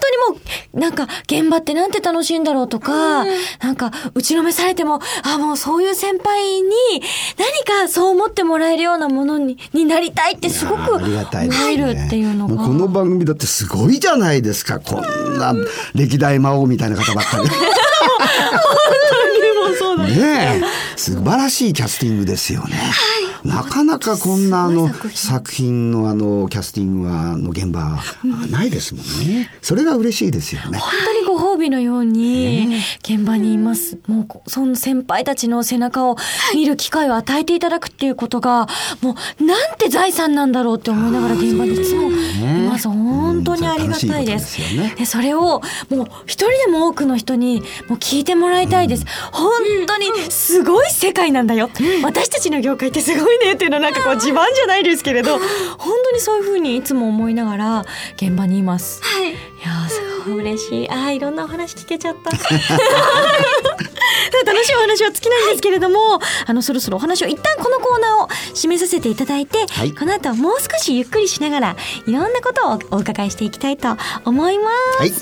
[SPEAKER 3] 当にもう、なんか、現場ってなんて楽しいんだろうとか、なんか、打ちのめされても、あ、もうそういう先輩に、何かそう思ってもらえるようなものに、になりたいってすごく、
[SPEAKER 4] ありがたいです
[SPEAKER 3] 思え
[SPEAKER 4] ね
[SPEAKER 3] るっていうの
[SPEAKER 4] もこ
[SPEAKER 3] が。
[SPEAKER 4] の番組だってすごいじゃないですかこんな歴代魔王みたいな方ばっかり
[SPEAKER 3] <laughs>
[SPEAKER 4] ねえ素晴らしいキャスティングですよね、なかなかこんなあの
[SPEAKER 3] すごい
[SPEAKER 4] 作品のあのキャスティングはあの現場はないですもんね。それが嬉しいですよね。
[SPEAKER 3] 本当にご褒美のように現場にいます。もうこその先輩たちの背中を見る機会を与えていただくっていうことが、もうなんて財産なんだろうって思いながら現場にいつもいます。本当にありがたいです。
[SPEAKER 4] うんそれは楽しいことですよね
[SPEAKER 3] でそれをもう一人でも多くの人にもう聞いてもらいたいです。本当にすごい世界なんだよ。私たちの業界ってすごいねっていうのはなんかこう自慢じゃないですけれど、本当にそういうふうにいつも思いながら現場にいます。
[SPEAKER 10] はい
[SPEAKER 3] いやーすごい嬉し <laughs> い。あーいろんなお話聞けちゃ <laughs> った。楽しいお話は尽きないんですけれども、あのそろそろお話を一旦このコーナーを締めさせていただいて、
[SPEAKER 4] はい
[SPEAKER 3] この後もう少しゆっくりしながらいろんなことをお伺いしていきたいと思います。
[SPEAKER 4] はい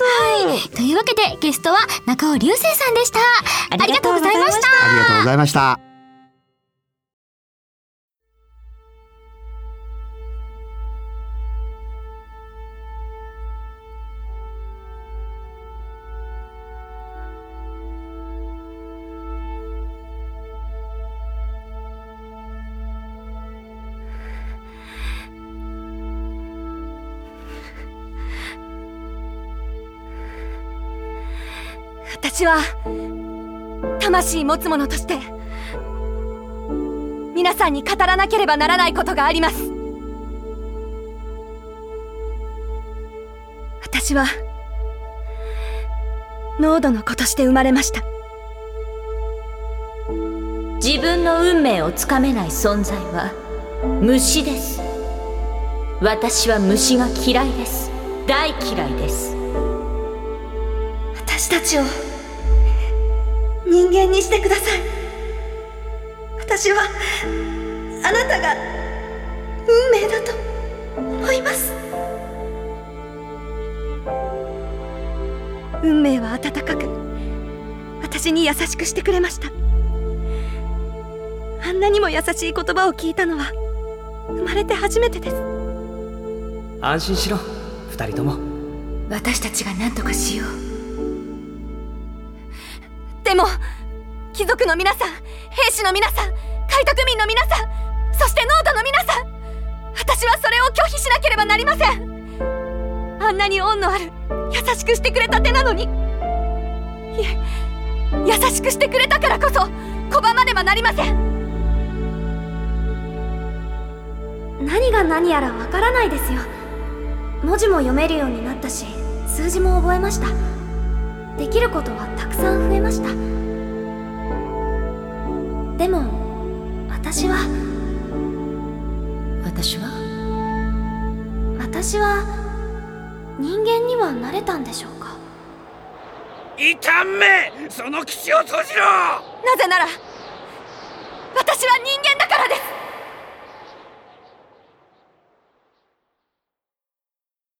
[SPEAKER 1] というわけでゲストは中尾隆星さんでしたありがとうございました
[SPEAKER 4] ありがとうございました。
[SPEAKER 2] 私は魂持つ者として皆さんに語らなければならないことがあります私は濃度の子として生まれました自分の運命をつかめない存在は虫です私は虫が嫌いです大嫌いです
[SPEAKER 11] 私たちを人間にしてください私はあなたが運命だと思います
[SPEAKER 2] 運命は温かく私に優しくしてくれましたあんなにも優しい言葉を聞いたのは生まれて初めてです
[SPEAKER 6] 安心しろ二人とも
[SPEAKER 11] 私たちが何とかしよう
[SPEAKER 2] でも貴族の皆さん兵士の皆さん開拓民の皆さんそしてノートの皆さん私はそれを拒否しなければなりませんあんなに恩のある優しくしてくれた手なのにいえ優しくしてくれたからこそ拒まねばなりません
[SPEAKER 11] 何が何やらわからないですよ文字も読めるようになったし数字も覚えましたできることはたくさん増えましたでも私は
[SPEAKER 2] 私は
[SPEAKER 11] 私は人間にはなれたんでしょうか
[SPEAKER 6] 痛めその口を閉じろ
[SPEAKER 2] なぜなら私は人間だからです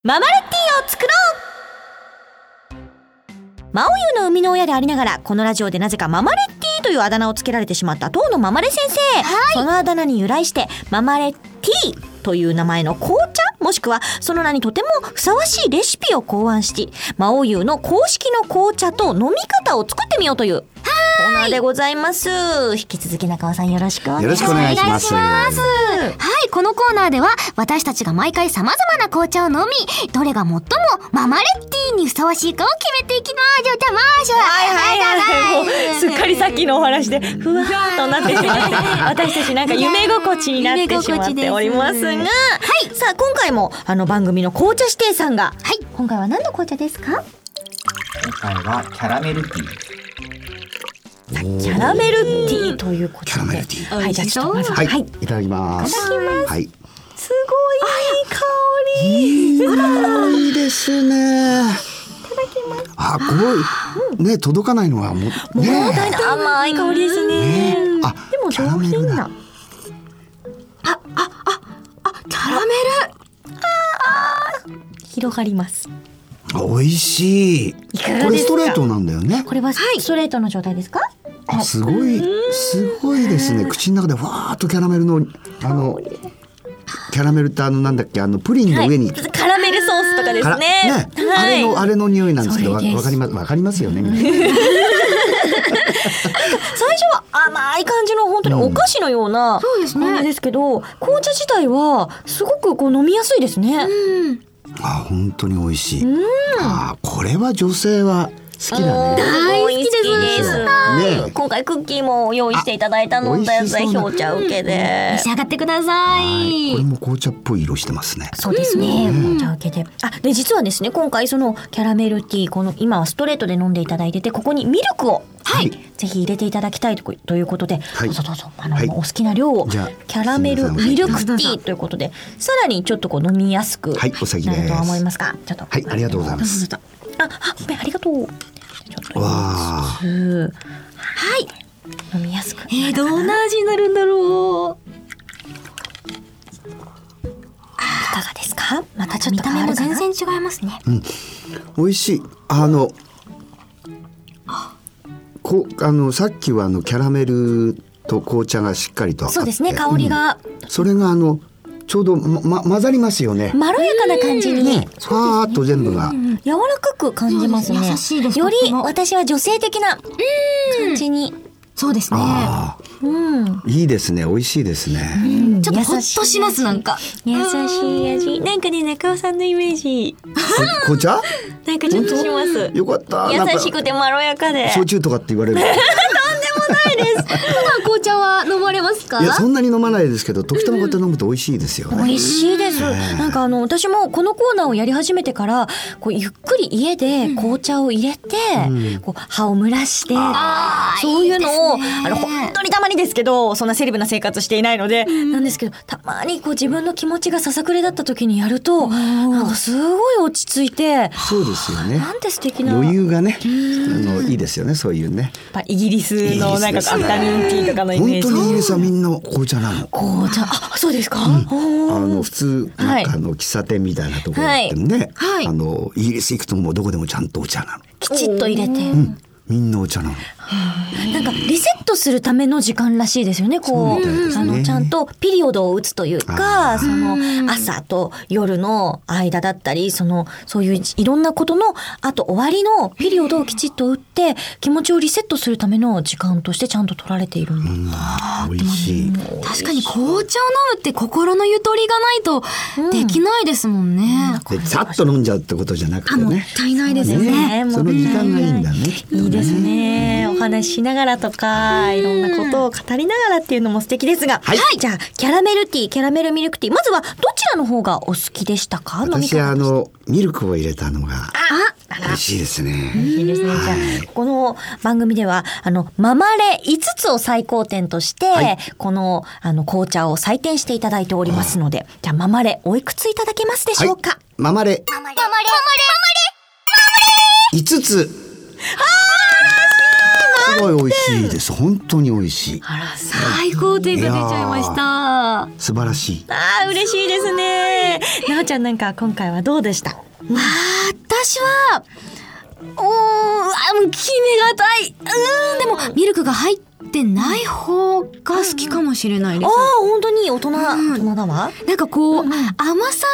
[SPEAKER 2] ママレッティを作ろうマオユの生みの親でありながらこのラジオでなぜかママレッティというあだ名をつけられてしまった当のママレ先生、そのあだ名に由来してママレッティという名前の紅茶もしくはその名にとてもふさわしいレシピを考案しマオユの公式の紅茶と飲み方を作ってみようというコーナーでございます。引き続き中尾さんよろしくお願い
[SPEAKER 4] よ
[SPEAKER 2] し
[SPEAKER 4] ろ
[SPEAKER 2] ま
[SPEAKER 4] し
[SPEAKER 2] す
[SPEAKER 4] くお願いします。
[SPEAKER 1] はい、このコーナーでは私たちが毎回様々な紅茶を飲み、どれが最もママレッティにふさわしいかを決めていきましょう。たまーしょはい
[SPEAKER 3] はいはいもうすっかりさっきのお話でふわーっとなってしまって私たちなんか夢心地になってしまっておりますがさあ今回もあの番組の紅茶師弟さんが、今回は何の紅茶ですか
[SPEAKER 12] 今回はキャラメルティー。
[SPEAKER 3] キャラメルティーということで
[SPEAKER 4] キャラメルティー
[SPEAKER 3] はいじゃあちょっとまず
[SPEAKER 4] はい、
[SPEAKER 3] はい
[SPEAKER 4] い、ただきます。はい。
[SPEAKER 3] すごいいい香り
[SPEAKER 4] いいいいですね。あ、こうね届かないのはもうね。
[SPEAKER 3] もったいない甘い香りですね
[SPEAKER 4] ねあ
[SPEAKER 3] でも
[SPEAKER 4] キ
[SPEAKER 3] 上
[SPEAKER 4] ャラメ
[SPEAKER 3] 品
[SPEAKER 4] ル
[SPEAKER 3] な
[SPEAKER 4] だ
[SPEAKER 10] キャラメ
[SPEAKER 3] 広がります
[SPEAKER 4] 美味しい。こ
[SPEAKER 3] いかが
[SPEAKER 4] れ
[SPEAKER 3] です
[SPEAKER 4] ス
[SPEAKER 3] か
[SPEAKER 4] トレートなんだよね。
[SPEAKER 3] これはストレートの状態ですか、
[SPEAKER 4] あ、すごいすごいですね。口の中でわーっとキャラメルのあのキャラメルってあのなんだっけあのプリンの上に。
[SPEAKER 3] カラメルソースとかで
[SPEAKER 4] から
[SPEAKER 3] すね
[SPEAKER 4] あれのあれの匂いなんですけど
[SPEAKER 3] そ
[SPEAKER 4] わ
[SPEAKER 3] れです
[SPEAKER 4] わかりますわかりますよねみんな。
[SPEAKER 3] 最初は甘い感じの本当にお菓子のような
[SPEAKER 10] そうですね
[SPEAKER 3] 感じですけど、紅茶自体はすごくこう飲みやすいですね。
[SPEAKER 4] <laughs> あ本当に美味しい。あこれは女性は好きだね。
[SPEAKER 3] 大好き
[SPEAKER 4] で
[SPEAKER 3] です
[SPEAKER 4] ねえ
[SPEAKER 3] 今回クッキーも用意していただいたので、
[SPEAKER 4] あ美味し
[SPEAKER 3] ぜ
[SPEAKER 4] そうな
[SPEAKER 3] ひお茶受けで
[SPEAKER 10] 召。し上がってくださ
[SPEAKER 4] はい
[SPEAKER 10] い。
[SPEAKER 4] これも紅茶っぽい色してますね。
[SPEAKER 3] そうですね。お茶受けで。あ、で、実はですね、今回そのキャラメルティー、この今はストレートで飲んでいただいてて、ここにミルクを、
[SPEAKER 4] はい
[SPEAKER 3] ぜひ入れていただきたいとということで、
[SPEAKER 4] い
[SPEAKER 3] どうぞどうぞ、あの、
[SPEAKER 4] はい
[SPEAKER 3] お好きな量を、キ
[SPEAKER 4] じゃあ
[SPEAKER 3] ャラメル
[SPEAKER 4] すいません
[SPEAKER 3] ミルクティーということで、さらにちょっとこう飲みやすくな
[SPEAKER 4] はい
[SPEAKER 3] る
[SPEAKER 4] お先です
[SPEAKER 3] とは思いますが、ちょっと。
[SPEAKER 4] はいありがとうございます
[SPEAKER 3] どうぞどうぞ。あ、あ、ごめん、ありがとう。ちょっと
[SPEAKER 4] わ
[SPEAKER 3] あはい。飲みやすく。
[SPEAKER 10] えー、どんな味になるんだろう。
[SPEAKER 3] いかがですかまたちょっ
[SPEAKER 10] 見
[SPEAKER 3] と
[SPEAKER 10] た目
[SPEAKER 3] 変わ
[SPEAKER 10] も
[SPEAKER 3] るかな
[SPEAKER 10] 全然違いますね。
[SPEAKER 4] 美味しい。あの。こあのさっきはあのキャラメルと紅茶がしっかりとあって
[SPEAKER 3] そうですね、香りが
[SPEAKER 4] それがあのちょうどま、ま、混ざりますよね。
[SPEAKER 3] まろやかな感じに、
[SPEAKER 4] ふわーっと全部が。
[SPEAKER 3] 柔らかく感じますね。
[SPEAKER 10] そうです優しいです
[SPEAKER 3] より
[SPEAKER 10] とっても
[SPEAKER 3] 私は女性的な感じに。
[SPEAKER 10] そうですね。
[SPEAKER 4] あ
[SPEAKER 3] うん。
[SPEAKER 4] あ、いいですね。美味しいですね。
[SPEAKER 10] ちょっとほっとしますなんか。
[SPEAKER 3] 優しい味。なんかね、中尾さんのイメージ、
[SPEAKER 4] こ紅茶？
[SPEAKER 3] なんかちょっとします。
[SPEAKER 4] よかった。なんか
[SPEAKER 3] 優しくてまろやかで。
[SPEAKER 4] 焼酎とかって言われる。
[SPEAKER 10] 普段紅茶は飲まれますか
[SPEAKER 4] いやそんなに飲まないですけど、時たまこうやって飲むと美味しいですよね。
[SPEAKER 3] <laughs> 美味しいです。なんかあの、私もこのコーナーをやり始めてから、こう、ゆっくり家で紅茶を入れて、こう、葉を蒸らして、そういうのを、あの、本当にたまにですけど、そんなセレブな生活していないので、なんですけど、たまにこう自分の気持ちがささくれだった時にやると、なんかすごい落ち着いて、
[SPEAKER 4] そうですよね。
[SPEAKER 3] なんて素敵な。
[SPEAKER 4] 余裕がね、あのいいですよね。そういうね。
[SPEAKER 3] やっぱイギリスのなんかアフタヌーンティーとかのイ
[SPEAKER 4] 本
[SPEAKER 3] メー
[SPEAKER 4] 当
[SPEAKER 3] ジ。
[SPEAKER 4] にイギリスはみんな紅茶なの。
[SPEAKER 3] 紅茶、あ、そうですか、おー
[SPEAKER 4] あの普通
[SPEAKER 3] は
[SPEAKER 4] ないんかあの喫茶店みたいなところってね、
[SPEAKER 10] はい
[SPEAKER 4] あのイギリス行くともうどこでもちゃんとお茶なの。
[SPEAKER 3] きちっと入れて。
[SPEAKER 4] みんなお茶なの。
[SPEAKER 3] なんかリセットするための時間らしいですよね。こう、
[SPEAKER 4] そうみたいです
[SPEAKER 3] あ
[SPEAKER 4] ね
[SPEAKER 3] のちゃんとピリオドを打つというか、その朝と夜の間だったり、そのそういういろんなことのあと終わりのピリオドをきちっと打って気持ちをリセットするための時間としてちゃんと取られているんだ。
[SPEAKER 4] 美味しい。
[SPEAKER 10] 確かに紅茶を飲むって心のゆとりがないとできないですもんね。
[SPEAKER 4] でざっと飲んじゃうってことじゃなく
[SPEAKER 10] あ
[SPEAKER 4] て
[SPEAKER 10] もっ
[SPEAKER 4] ね。
[SPEAKER 10] たいないですよね。
[SPEAKER 3] ね
[SPEAKER 4] その時間がいいんだね。きっとね
[SPEAKER 3] いいですね。お話ししながらとか、いろんなことを語りながらっていうのも素敵ですが。はい。じゃあ、キャラメルティー、キャラメルミルクティー。まずは、どちらの方がお好きでしたか飲み
[SPEAKER 4] 私
[SPEAKER 3] 方
[SPEAKER 4] あ
[SPEAKER 3] として
[SPEAKER 4] のミルクを入れたのが美味しいですね。
[SPEAKER 3] いいですね。じゃあ、この番組では、あの、ママレ5つを最高点として、
[SPEAKER 4] はい
[SPEAKER 3] この、あの、紅茶を採点していただいておりますので、じゃあ、ママレ、おいくついただけますでしょうか、
[SPEAKER 4] はい。ママレ五つ。すごい美味しいです。本当に美味しい。
[SPEAKER 10] 最高点が出ちゃいました。
[SPEAKER 4] 素晴らしい。
[SPEAKER 3] ああ、嬉しいですね。なおちゃんなんか、今回はどうでした
[SPEAKER 10] 私は、おー、あ、もう決めがたい。うーん、でも、ミルクが入ってない方が好きかもしれないで
[SPEAKER 3] ああ
[SPEAKER 10] す。、
[SPEAKER 3] 本当に大人、大人だわ。
[SPEAKER 10] なんかこう、甘さ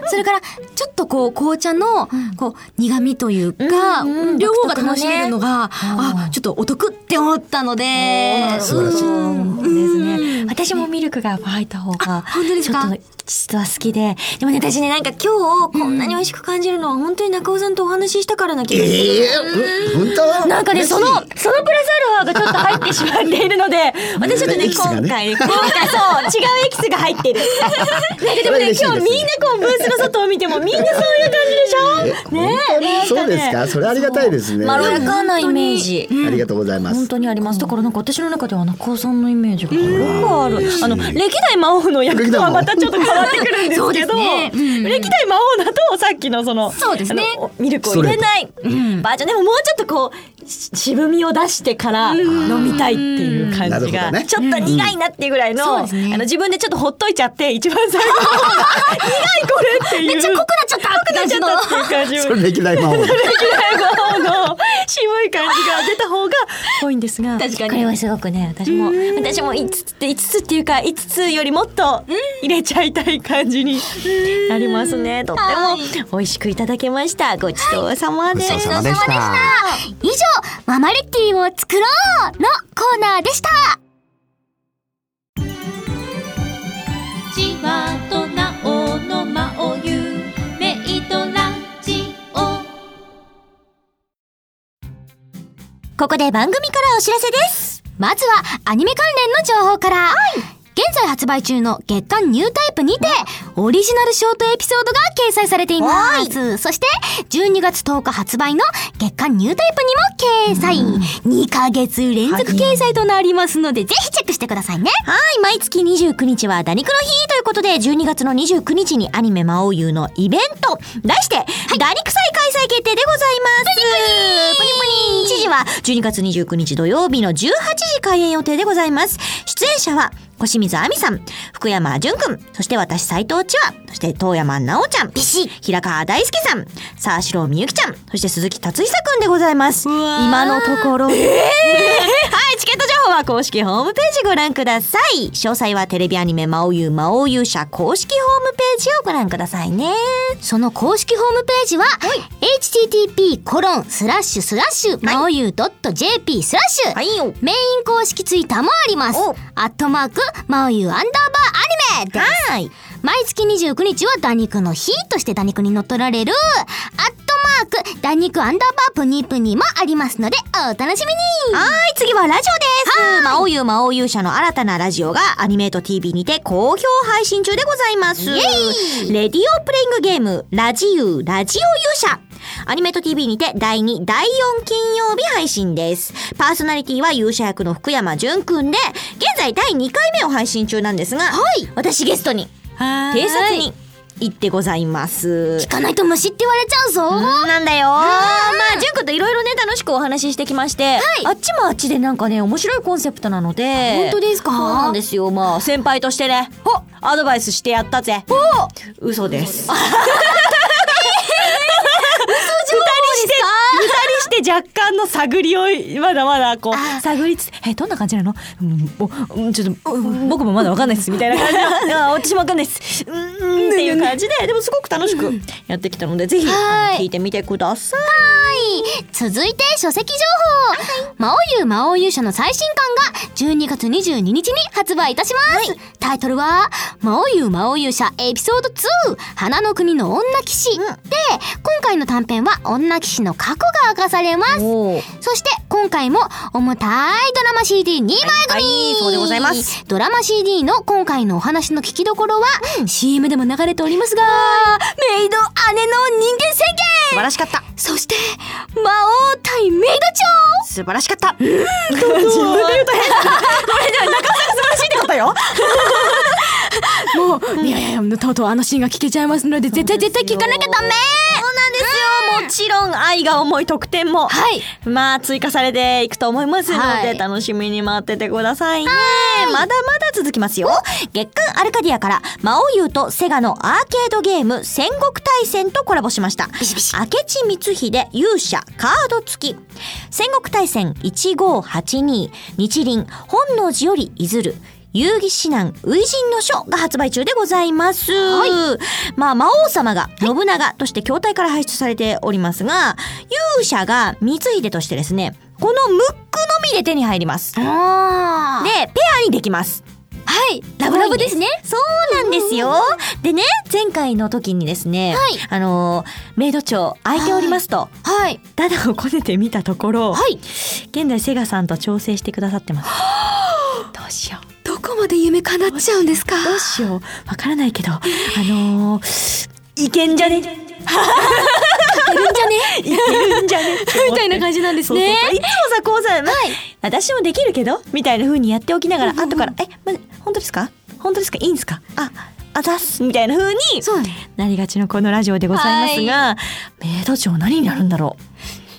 [SPEAKER 10] と、それから、ちょっとこう、紅茶の、こう、苦味というか、
[SPEAKER 3] うんうん
[SPEAKER 10] 両方が楽しめるのが、あ、ちょっとお得って思ったので、
[SPEAKER 4] 素晴らしい
[SPEAKER 10] うん
[SPEAKER 3] ですね。私もミルクが入った方が、
[SPEAKER 10] 本当ですか
[SPEAKER 3] ちょっと実は好きで。でもね、私ね、なんか今日こんなに美味しく感じるのは本当に中尾さんとお話ししたからな気がする。
[SPEAKER 4] ええ本当。
[SPEAKER 3] なんかね、
[SPEAKER 4] 嬉しい
[SPEAKER 3] その、そのプラスアルファがちょっと入ってしまっている
[SPEAKER 4] <laughs>
[SPEAKER 3] ので、私ちょっとね、
[SPEAKER 4] エキスがね
[SPEAKER 3] 今回、今回そう、違うエキスが
[SPEAKER 4] <laughs>
[SPEAKER 3] 入ってる。なんかでもね、
[SPEAKER 4] それ
[SPEAKER 3] 今
[SPEAKER 4] は嬉しいですね
[SPEAKER 3] 日みんなこう、ブースの外を見ても、みんなそういう感じでしょね
[SPEAKER 4] 本当にそうですか。それありがたいですね。
[SPEAKER 3] まろやかなイメージ。
[SPEAKER 4] ありがとうございま
[SPEAKER 3] 本
[SPEAKER 4] す。
[SPEAKER 3] 当にあります。だからなんか私の中では中尾さんのイメージがすごくある。あの、
[SPEAKER 4] 嬉しい
[SPEAKER 3] 歴代魔王の役とはまたちょっと変わってくるんですけど、歴代魔王だとさっきのその、
[SPEAKER 10] そうですね
[SPEAKER 3] あのミルクを入れないバージョンでももうちょっとこう、し渋みを出してから飲みたいっていう感
[SPEAKER 4] なる
[SPEAKER 3] じ
[SPEAKER 4] ほど
[SPEAKER 3] が、
[SPEAKER 4] ね
[SPEAKER 3] ちょっと苦いなっていうぐらいの、あの自分でちょっとほっといちゃって、一番最後 <laughs> の方が苦いこれっていう。めっちゃ濃くなっちゃった濃くなっちゃったっていう感じを
[SPEAKER 4] それ歴代魔王。
[SPEAKER 3] 笑顔の渋い感じが出た方が多いんですが確かにこれはすごくね私も私も5つって5つっていうか5つよりもっと入れちゃいたい感じになりますねとっても美味しくいただけましたごちそうさま
[SPEAKER 4] ご
[SPEAKER 3] で
[SPEAKER 4] ち
[SPEAKER 3] す
[SPEAKER 4] そうさまでした。
[SPEAKER 1] 以上ママレッティを作ろうのコーナーでした
[SPEAKER 13] ちわとなおのまおゆメイドラジオ
[SPEAKER 3] ここで番組からお知らせです
[SPEAKER 1] まずはアニメ関連の情報から、現在発売中の月刊ニュータイプにて、オリジナルショートエピソードが掲載されています。そして、12月10日発売の月刊ニュータイプにも掲載。2ヶ月連続掲載となりますので、ぜひチェックしてくださいね。
[SPEAKER 3] はい、毎月29日はダニクロ日ということで、12月の29日にアニメ魔王優のイベント、題して、ダニク祭開催決定でございます。プニプニ知事は12月29日土曜日の18時開演予定でございます。出演者は、小清水亜美さん、福山潤くん、そして私斉藤千和、そして遠山奈央ちゃん、平川大輔さん、沢城みゆきちゃん、そして鈴木達久くんでございます。今のところ、はい、チケット情報は公式ホームページご覧ください。詳細はテレビアニメ魔王優魔王勇者公式ホームページをご覧くださいね。
[SPEAKER 1] その公式ホームページは、http コロンスラッシュスラッシュ、まおゆ .jp スラッシュ、
[SPEAKER 3] いよ。
[SPEAKER 1] メイン公式ツイッターもあります
[SPEAKER 3] お。
[SPEAKER 1] アットマーク、まおゆアンダーバーアニメです。
[SPEAKER 3] はい。
[SPEAKER 1] 毎月29日はダニクの日としてダニクに乗っ取られる、アットマーク、ダニクアンダーバープニプニもありますので、お楽しみに
[SPEAKER 3] はい、次はラジオです。魔王優魔王勇者の新たなラジオがアニメート TV にて好評配信中でございます。レディオプレイングゲーム、ラジユー、ラジオ勇者。アニメート TV にて第2、第4金曜日配信です。パーソナリティは勇者役の福山潤くんで、現在第2回目を配信中なんですが、私ゲストに、偵察に行ってございます。
[SPEAKER 1] 聞かないと虫って言われちゃうぞ、
[SPEAKER 3] うんなんだよまあ純子といろいろね楽しくお話ししてきまして、あっちもあっちでなんかね面白いコンセプトなので
[SPEAKER 1] 本当ですか
[SPEAKER 3] そうなんですよまあ先輩としてねほアドバイスしてやったぜお嘘です嘘情報して二人して若干の探りをまだまだこう
[SPEAKER 14] 探りつつえどんな感じなの、うん、ぼうんちょっと、うん僕もまだわかんないですみたいな感じ
[SPEAKER 3] <laughs>
[SPEAKER 14] のあ私もわかんないですうんうんって
[SPEAKER 3] ってい
[SPEAKER 14] いう
[SPEAKER 3] う
[SPEAKER 14] 感
[SPEAKER 3] 感じででもすごく楽しくやってきたのでぜひあの聞いてみてください
[SPEAKER 1] 続いて書籍情報、魔王優魔王勇者の最新刊が12月22日に発売いたします、タイトルは魔王優魔王勇者エピソード2花の国の女騎士、で今回の短編は女騎士の過去が明かされます
[SPEAKER 3] おー
[SPEAKER 1] そして今回も重たいドラマ CD2 枚組、
[SPEAKER 3] はいそうでございます
[SPEAKER 1] ドラマ CD の今回のお話の聞きどころは、CM でも流れておりますがメイド姉の人間宣
[SPEAKER 3] 素
[SPEAKER 1] 言
[SPEAKER 3] 晴らしかった
[SPEAKER 1] そして魔王対メイド長
[SPEAKER 3] 素晴らしかった。自分で言うと変だ。これじゃ中
[SPEAKER 2] いやいやいやとうとうあのシーンが聞けちゃいますので絶対絶対聞かなきゃダメ
[SPEAKER 3] 村さん素晴らしいってことよ。もちろん愛が重い得点
[SPEAKER 2] は
[SPEAKER 3] も、
[SPEAKER 2] い
[SPEAKER 3] まあ追加されていくと思いますので、
[SPEAKER 1] はい
[SPEAKER 3] 楽しみに待っててくださいね。まだまだ続きますよ。月刊アルカディアから魔王優とセガのアーケードゲーム戦国大戦とコラボしました。明智光秀勇者カード付き。戦国大戦1582日輪本能寺よりいずる遊戯指南初陣の書が発売中でございます。まあ、魔王様が信長として筐体から輩出されておりますが、勇者が光秀としてですね、このムックのみで手に入ります。で、ペ
[SPEAKER 1] あ
[SPEAKER 3] アにできます。はい、
[SPEAKER 1] ラブラブですね。
[SPEAKER 3] そうなんですよ。でね、前回の時にですね、
[SPEAKER 1] はい
[SPEAKER 3] あのーメイド長空いておりますと、
[SPEAKER 1] はい
[SPEAKER 3] ダダをこねてみたところ、
[SPEAKER 1] はい
[SPEAKER 3] 現在セガさんと調整してくださってます。どうしよう。
[SPEAKER 2] どこまで夢叶っちゃうんですか
[SPEAKER 3] どうしようわからないけど、あのー、いけんじゃねいけるんじゃねいけるんじゃねみたいな感じなんですね。そうそうそういつもさ、こうさ、まあ私もできるけど、みたいな風にやっておきながら、後から、え、ま、本当ですか本当ですかいいんですかあ、あざっす、みたいな風に
[SPEAKER 2] そう
[SPEAKER 3] なりがちのこのラジオでございますが、メイド長何になるんだろう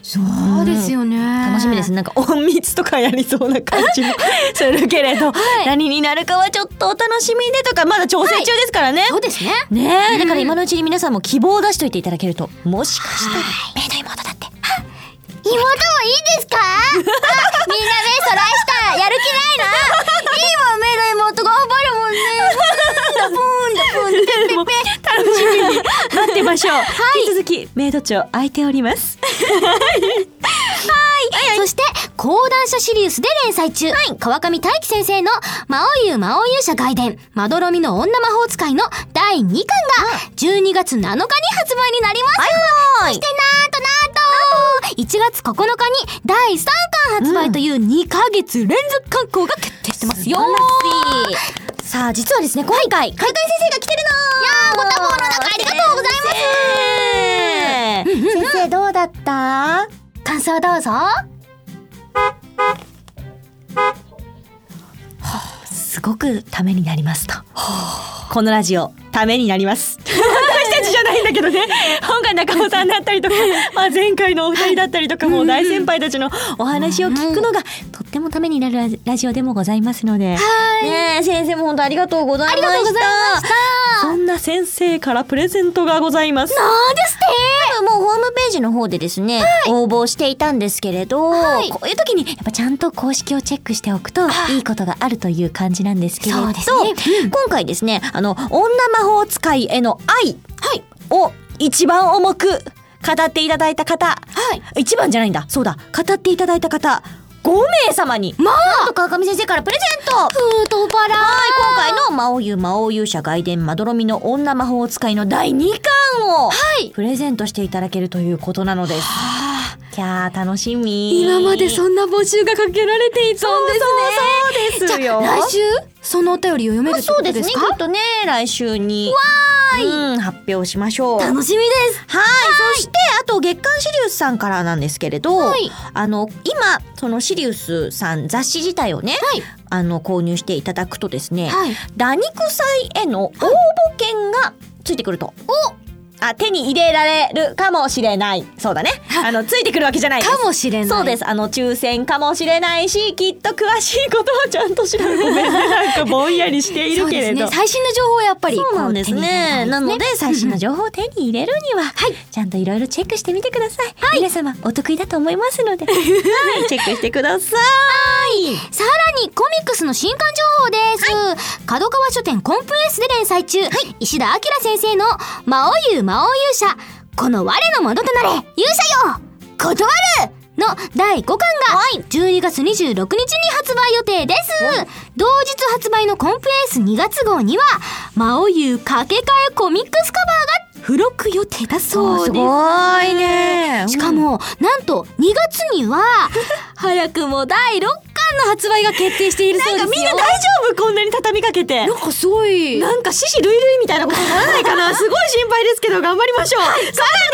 [SPEAKER 2] そうですよね
[SPEAKER 3] 楽しみです。なんか、隠密とかやりそうな感じもするけれど、何になるかはちょっとお楽しみでとか、まだ調整中ですからね。
[SPEAKER 1] そうですね
[SPEAKER 3] ねえ、だから今のうちに皆さんも希望を出しといていただけると、もしかしたら、メイド妹だって。
[SPEAKER 1] 妹もいいですかあみんな目そらしたやる気
[SPEAKER 3] <laughs>
[SPEAKER 1] ないないいわメイド妹頑張るもんねブーンだブーンだブーンだ
[SPEAKER 3] でも楽しみに <laughs> 待ってましょう。引き続き、メイド長空いております。
[SPEAKER 1] そ講談社シリウスで連載中、川上大輝先生の魔王優魔王勇者外伝まどろみの女魔法使いの第2巻が12月7日に発売になります、そしてなんとなんと1月9日に第3巻発売という2ヶ月連続刊行が決定してますよ、
[SPEAKER 3] さあ実はですね今回、海外先生が来てるの
[SPEAKER 1] いやーご多忙の中ありがとうございます
[SPEAKER 3] います
[SPEAKER 15] 先生どうだった
[SPEAKER 1] 感想どうぞ
[SPEAKER 16] すごくためになりますと。このラジオ、ためになります。私たちじゃないんだけどね。本が中尾さんだったりとか、まあ前回のお二人だったりとか、もう大先輩たちのお話を聞くのが、とってもためになるララジオでもございますので。
[SPEAKER 3] ねえ先生も本当ありがとうございましたありがとうございました
[SPEAKER 16] そんな先生からプレゼントがございます。
[SPEAKER 3] もうホームページの方でですね、応募していたんですけれど、こういう時にやっぱちゃんと公式をチェックしておくといいことがあるという感じなんですけれど、今回ですねあの女魔法使いへの愛を一番重く語っていただいた方、一番じゃないんだそうだ語っていただいた方5名様にまあと川上先生からプレゼント
[SPEAKER 1] ふーとばら
[SPEAKER 3] はい、今回の魔王優魔王勇者外伝まどろみの女魔法使いの第2巻を、プレゼントしていただけるということなのです。きゃー楽しみ。
[SPEAKER 17] 今までそんな募集がかけられていたんですね
[SPEAKER 3] そうですよ。
[SPEAKER 17] 来週そのお便りを読めるって
[SPEAKER 3] そ
[SPEAKER 17] こ
[SPEAKER 3] う
[SPEAKER 17] と
[SPEAKER 3] です
[SPEAKER 17] で
[SPEAKER 3] ね。
[SPEAKER 17] す
[SPEAKER 3] き
[SPEAKER 17] か
[SPEAKER 3] っとね、来週に。うん、発表しましょう。
[SPEAKER 17] 楽しみです
[SPEAKER 3] はいそしてあと月刊シリウスさんからなんですけれど、あの今そのシリウスさん雑誌自体をね、あの購入していただくとですね、
[SPEAKER 17] はい
[SPEAKER 3] ダニク祭への応募券がついてくると。あ手に入れられるかもしれないそうだ <laughs> ねあのついてくるわけじゃないです
[SPEAKER 17] かもしれない
[SPEAKER 3] そうですあの抽選かもしれないしきっと詳しいことはちゃんと調べごめんねなんかぼんやりしてい
[SPEAKER 17] そ
[SPEAKER 3] る
[SPEAKER 17] う
[SPEAKER 3] け
[SPEAKER 17] で
[SPEAKER 3] れ
[SPEAKER 17] す
[SPEAKER 3] ど
[SPEAKER 17] ね最新の情報をやっぱり
[SPEAKER 3] そうなんです
[SPEAKER 17] こう手に入れた
[SPEAKER 3] ね。
[SPEAKER 17] い
[SPEAKER 3] なので最新の
[SPEAKER 17] うん
[SPEAKER 3] 情報を手に入れるには、ちゃんといろいろチェックしてみてください。皆様お得意だと思いますの <laughs> で、はい、チェックしてください。
[SPEAKER 1] さらにコミックスの新刊情報です、角川書店コンプレスで連載中、石田明先生の「魔王優魔王勇者この我のものとなれ勇者よ断る!」の第5巻が12月26日に発売予定です、同日発売のコンプレス2月号には「魔王優掛け替えコミックスカバー」が付録予定だそうです
[SPEAKER 3] ごいね
[SPEAKER 1] しかも、なんと2月に
[SPEAKER 16] <laughs>
[SPEAKER 1] は早くも第6巻の発売が決定しているそうですよ
[SPEAKER 16] みんな大丈夫こんなに畳みかけて。
[SPEAKER 17] なんかすごい
[SPEAKER 16] なんか獅子類類みたいなことにならないかな <laughs> すごい心配ですけど頑張りましょう、さらにさ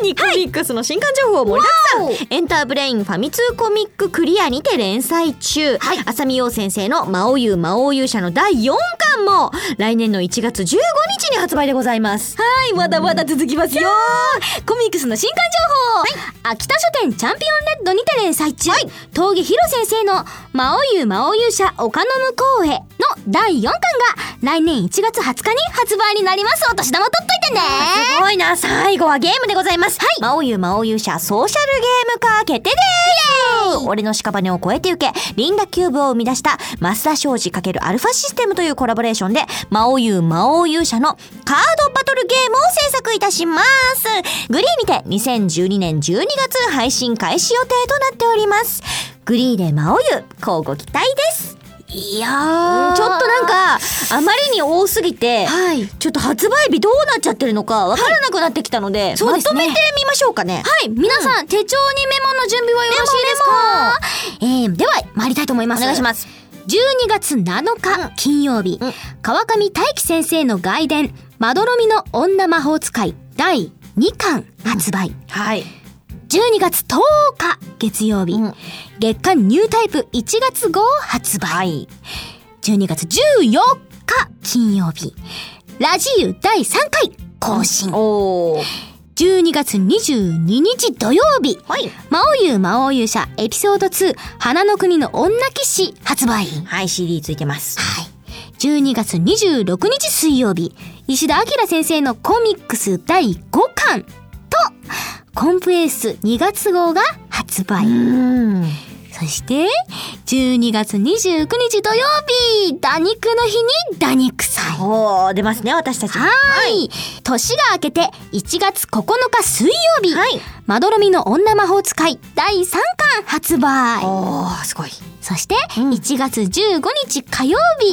[SPEAKER 16] らにコミックスの新刊情報盛りだくさん、
[SPEAKER 3] エンターブレインファミ通コミッククリアにて連載中、浅見陽先生の魔王優魔王勇者の第4巻も来年の1月15日に発売でございます。
[SPEAKER 17] はいまだまだ続きますよコミックスの新刊
[SPEAKER 1] 情報、秋田書店チャンピオンレッドにて連載中、峠弘先生の「魔王優魔王勇者丘の向こうへ」の第4巻が来年1月20日に発売になりますお年玉取っといてね
[SPEAKER 3] すごいな最後はゲームでございます、はい、魔王優魔王勇者ソーシャルゲーム化決定です俺の屍を越えてゆけリンダキューブを生み出した増田庄司×アルファシステムというコラボレーションで魔王優魔王勇者のカードバトルゲームを制作いたしますグリーにて2012年12月配信開始予定となっておりますグリーで魔王優交互期待ですいやーちょっとなんかあまりに多すぎて、
[SPEAKER 17] はい
[SPEAKER 3] ちょっと発売日どうなっちゃってるのかわからなくなってきたので、
[SPEAKER 17] そう
[SPEAKER 3] ま
[SPEAKER 17] です
[SPEAKER 3] と
[SPEAKER 17] ね
[SPEAKER 3] めてみましょうかね。
[SPEAKER 1] はい皆さん、手帳にメモの準備はよろしいですかえー、では参りたいと思います
[SPEAKER 3] お願いします。
[SPEAKER 1] 12月7日、金曜日、
[SPEAKER 3] うん
[SPEAKER 1] 川上大輝先生の外伝「まどろみの女魔法使い」第2巻発売、
[SPEAKER 3] はい。
[SPEAKER 1] 12月10日月曜日、
[SPEAKER 3] うん
[SPEAKER 1] 月刊ニュータイプ1月号発売、12月14日金曜日ラジユ第3回更新
[SPEAKER 3] おお。
[SPEAKER 1] 12月22日土曜日
[SPEAKER 3] はい。
[SPEAKER 1] 魔王優魔王勇者エピソード2花の国の女騎士発売
[SPEAKER 3] はい、CD ついてます。
[SPEAKER 1] はい。12月26日水曜日、石田明先生のコミックス第5巻と、コンプエース2月号が発売。
[SPEAKER 3] うん。
[SPEAKER 1] そそして12月29日土曜日打肉の日に打肉祭
[SPEAKER 3] おー出ますね私たち
[SPEAKER 1] はーい年が明けて1月9日水曜日、まどろみの女魔法使い第3巻発売
[SPEAKER 3] おーすごい
[SPEAKER 1] そして1月15日火曜日、い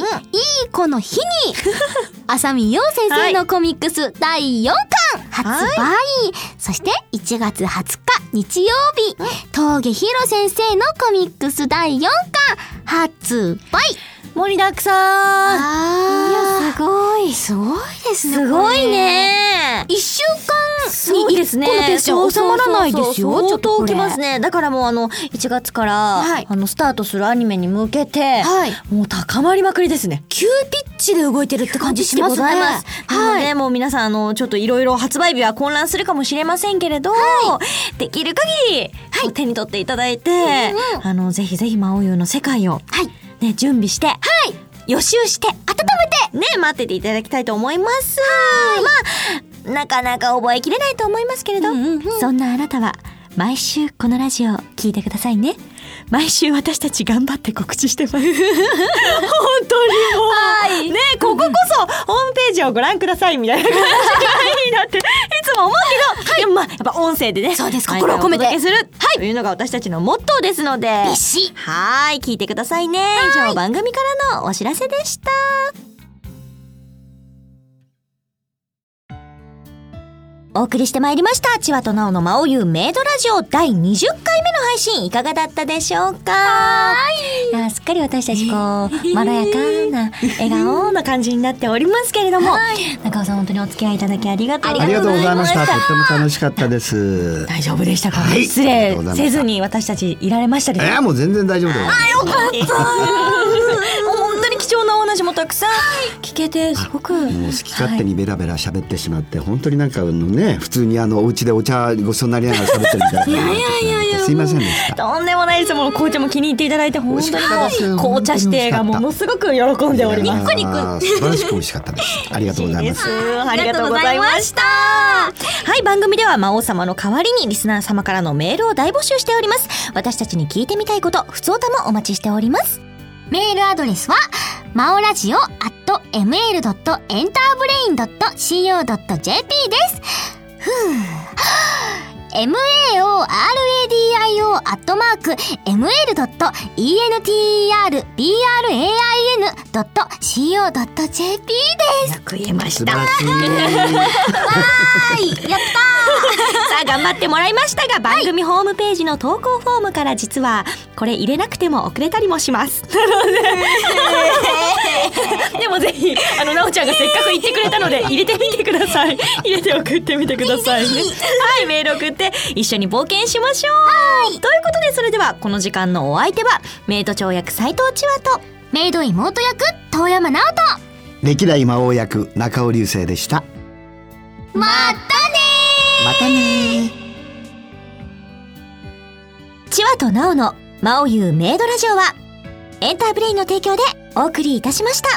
[SPEAKER 1] い子の日 <laughs> に浅見陽先生のコミックス第4巻発売、そして1月20日日曜日峠ひろ先生のコミックス第4巻発売
[SPEAKER 3] 盛りだくさん
[SPEAKER 1] あ
[SPEAKER 3] すごい
[SPEAKER 1] すごいですね
[SPEAKER 3] すごい
[SPEAKER 1] これ
[SPEAKER 3] ね
[SPEAKER 1] 一週間
[SPEAKER 3] そうですね。
[SPEAKER 1] このペース
[SPEAKER 3] そう
[SPEAKER 1] 収まらないですよ。
[SPEAKER 3] そうそうそう
[SPEAKER 1] ちょっとこ
[SPEAKER 3] 相当
[SPEAKER 1] れ
[SPEAKER 3] きますね。だからもうあの1月から、
[SPEAKER 1] はい
[SPEAKER 3] あのスタートするアニメに向けて、
[SPEAKER 1] はい
[SPEAKER 3] もう高まりまくりですね。
[SPEAKER 1] 急ピッチで動いてるって感じしますね。
[SPEAKER 3] はい。なの
[SPEAKER 1] はい。
[SPEAKER 3] でもう皆さんあのちょっといろいろ発売日は混乱するかもしれませんけれど、できる限り、こう手に取っていただいて、あのぜひぜひ魔王優の世界を、ね準備して、予習して温めてね待ってていただきたいと思います。まあなかなか覚えきれないと思いますけれど、そんなあなたは毎週このラジオを聞いてくださいね。毎週私たち頑張って告知してます。本当にもう、ねこここそホームページをご覧くださいみたいな感じがいいなっていつも思うけど、でもまあやっぱ音声でねそうです心を込めてする、というのが私たちのモットーですので
[SPEAKER 1] びっし
[SPEAKER 3] はーい聞いてくださいね以上番組からのお知らせでしたお送りしてまいりました千葉と奈緒の魔王優メイドラジオ第20回目の配信いかがだったでしょうかはいやすっかり私たちこうまろやかな笑顔な感じになっておりますけれども、中尾さん本当にお付き合いいただきありがとうご
[SPEAKER 4] あ
[SPEAKER 3] ざいま
[SPEAKER 4] り
[SPEAKER 3] した
[SPEAKER 4] がとうございました。とっても楽しかったです。
[SPEAKER 3] 大丈夫でしたか、
[SPEAKER 4] はい
[SPEAKER 3] 失
[SPEAKER 4] ありが
[SPEAKER 3] 礼
[SPEAKER 4] とうございました
[SPEAKER 3] せずに私たちいられましたで
[SPEAKER 4] い
[SPEAKER 3] しょうか
[SPEAKER 4] やもう全然大丈夫だよ。
[SPEAKER 3] 本当に貴重なお話もたくさん聞けてすごく
[SPEAKER 4] もう好き勝手にベラベラ喋ってしまって、本当になんかあのね普通にあのお家でお茶ごちそうになりながら喋ってるみたいな。いやいやいやすいませんでした。
[SPEAKER 3] とんでもないですもう紅茶も気に入っていただいて本
[SPEAKER 4] 美味しかったで
[SPEAKER 3] 当に
[SPEAKER 4] す
[SPEAKER 3] もう紅茶指定がものすごく喜んでおります
[SPEAKER 4] いやー素晴らしく美味しかったです。ありがとうございます。
[SPEAKER 3] ありがとうございました。はい、番組では魔王様の代わりにリスナー様からのメールを大募集しております。私たちに聞いてみたいこと、普通歌もお待ちしております。
[SPEAKER 1] メールアドレスは、まおラジオ at ml.enterbrain.co.jp です。ふぅ。maoradio アットマーク ml.enterbrain.co.jp です。
[SPEAKER 3] よく言えま
[SPEAKER 4] 素
[SPEAKER 3] し
[SPEAKER 4] 晴
[SPEAKER 3] た。さ
[SPEAKER 4] らしい。
[SPEAKER 1] はい、やった
[SPEAKER 3] あ、頑張ってもらいましたが、番組ホームページの投稿フォームから実は、これ入れなくても遅れたりもします。なの <laughs> で、でもぜひ、あの、なおちゃんがせっかく言ってくれたので、入れてみてください。入れて送ってみてくださいね。はい、メール送って、一緒に冒険しましょう。ということで、それでは、この時間のお相手は、メイド長役斉藤千和
[SPEAKER 1] ー
[SPEAKER 3] と、
[SPEAKER 1] メイド妹役、遠山直人
[SPEAKER 4] 歴代魔王役中尾流星でした。
[SPEAKER 1] またね
[SPEAKER 4] またね。
[SPEAKER 3] 千和となおの、まおゆうメイドラジオは、エンターブレインの提供でお送りいたしました。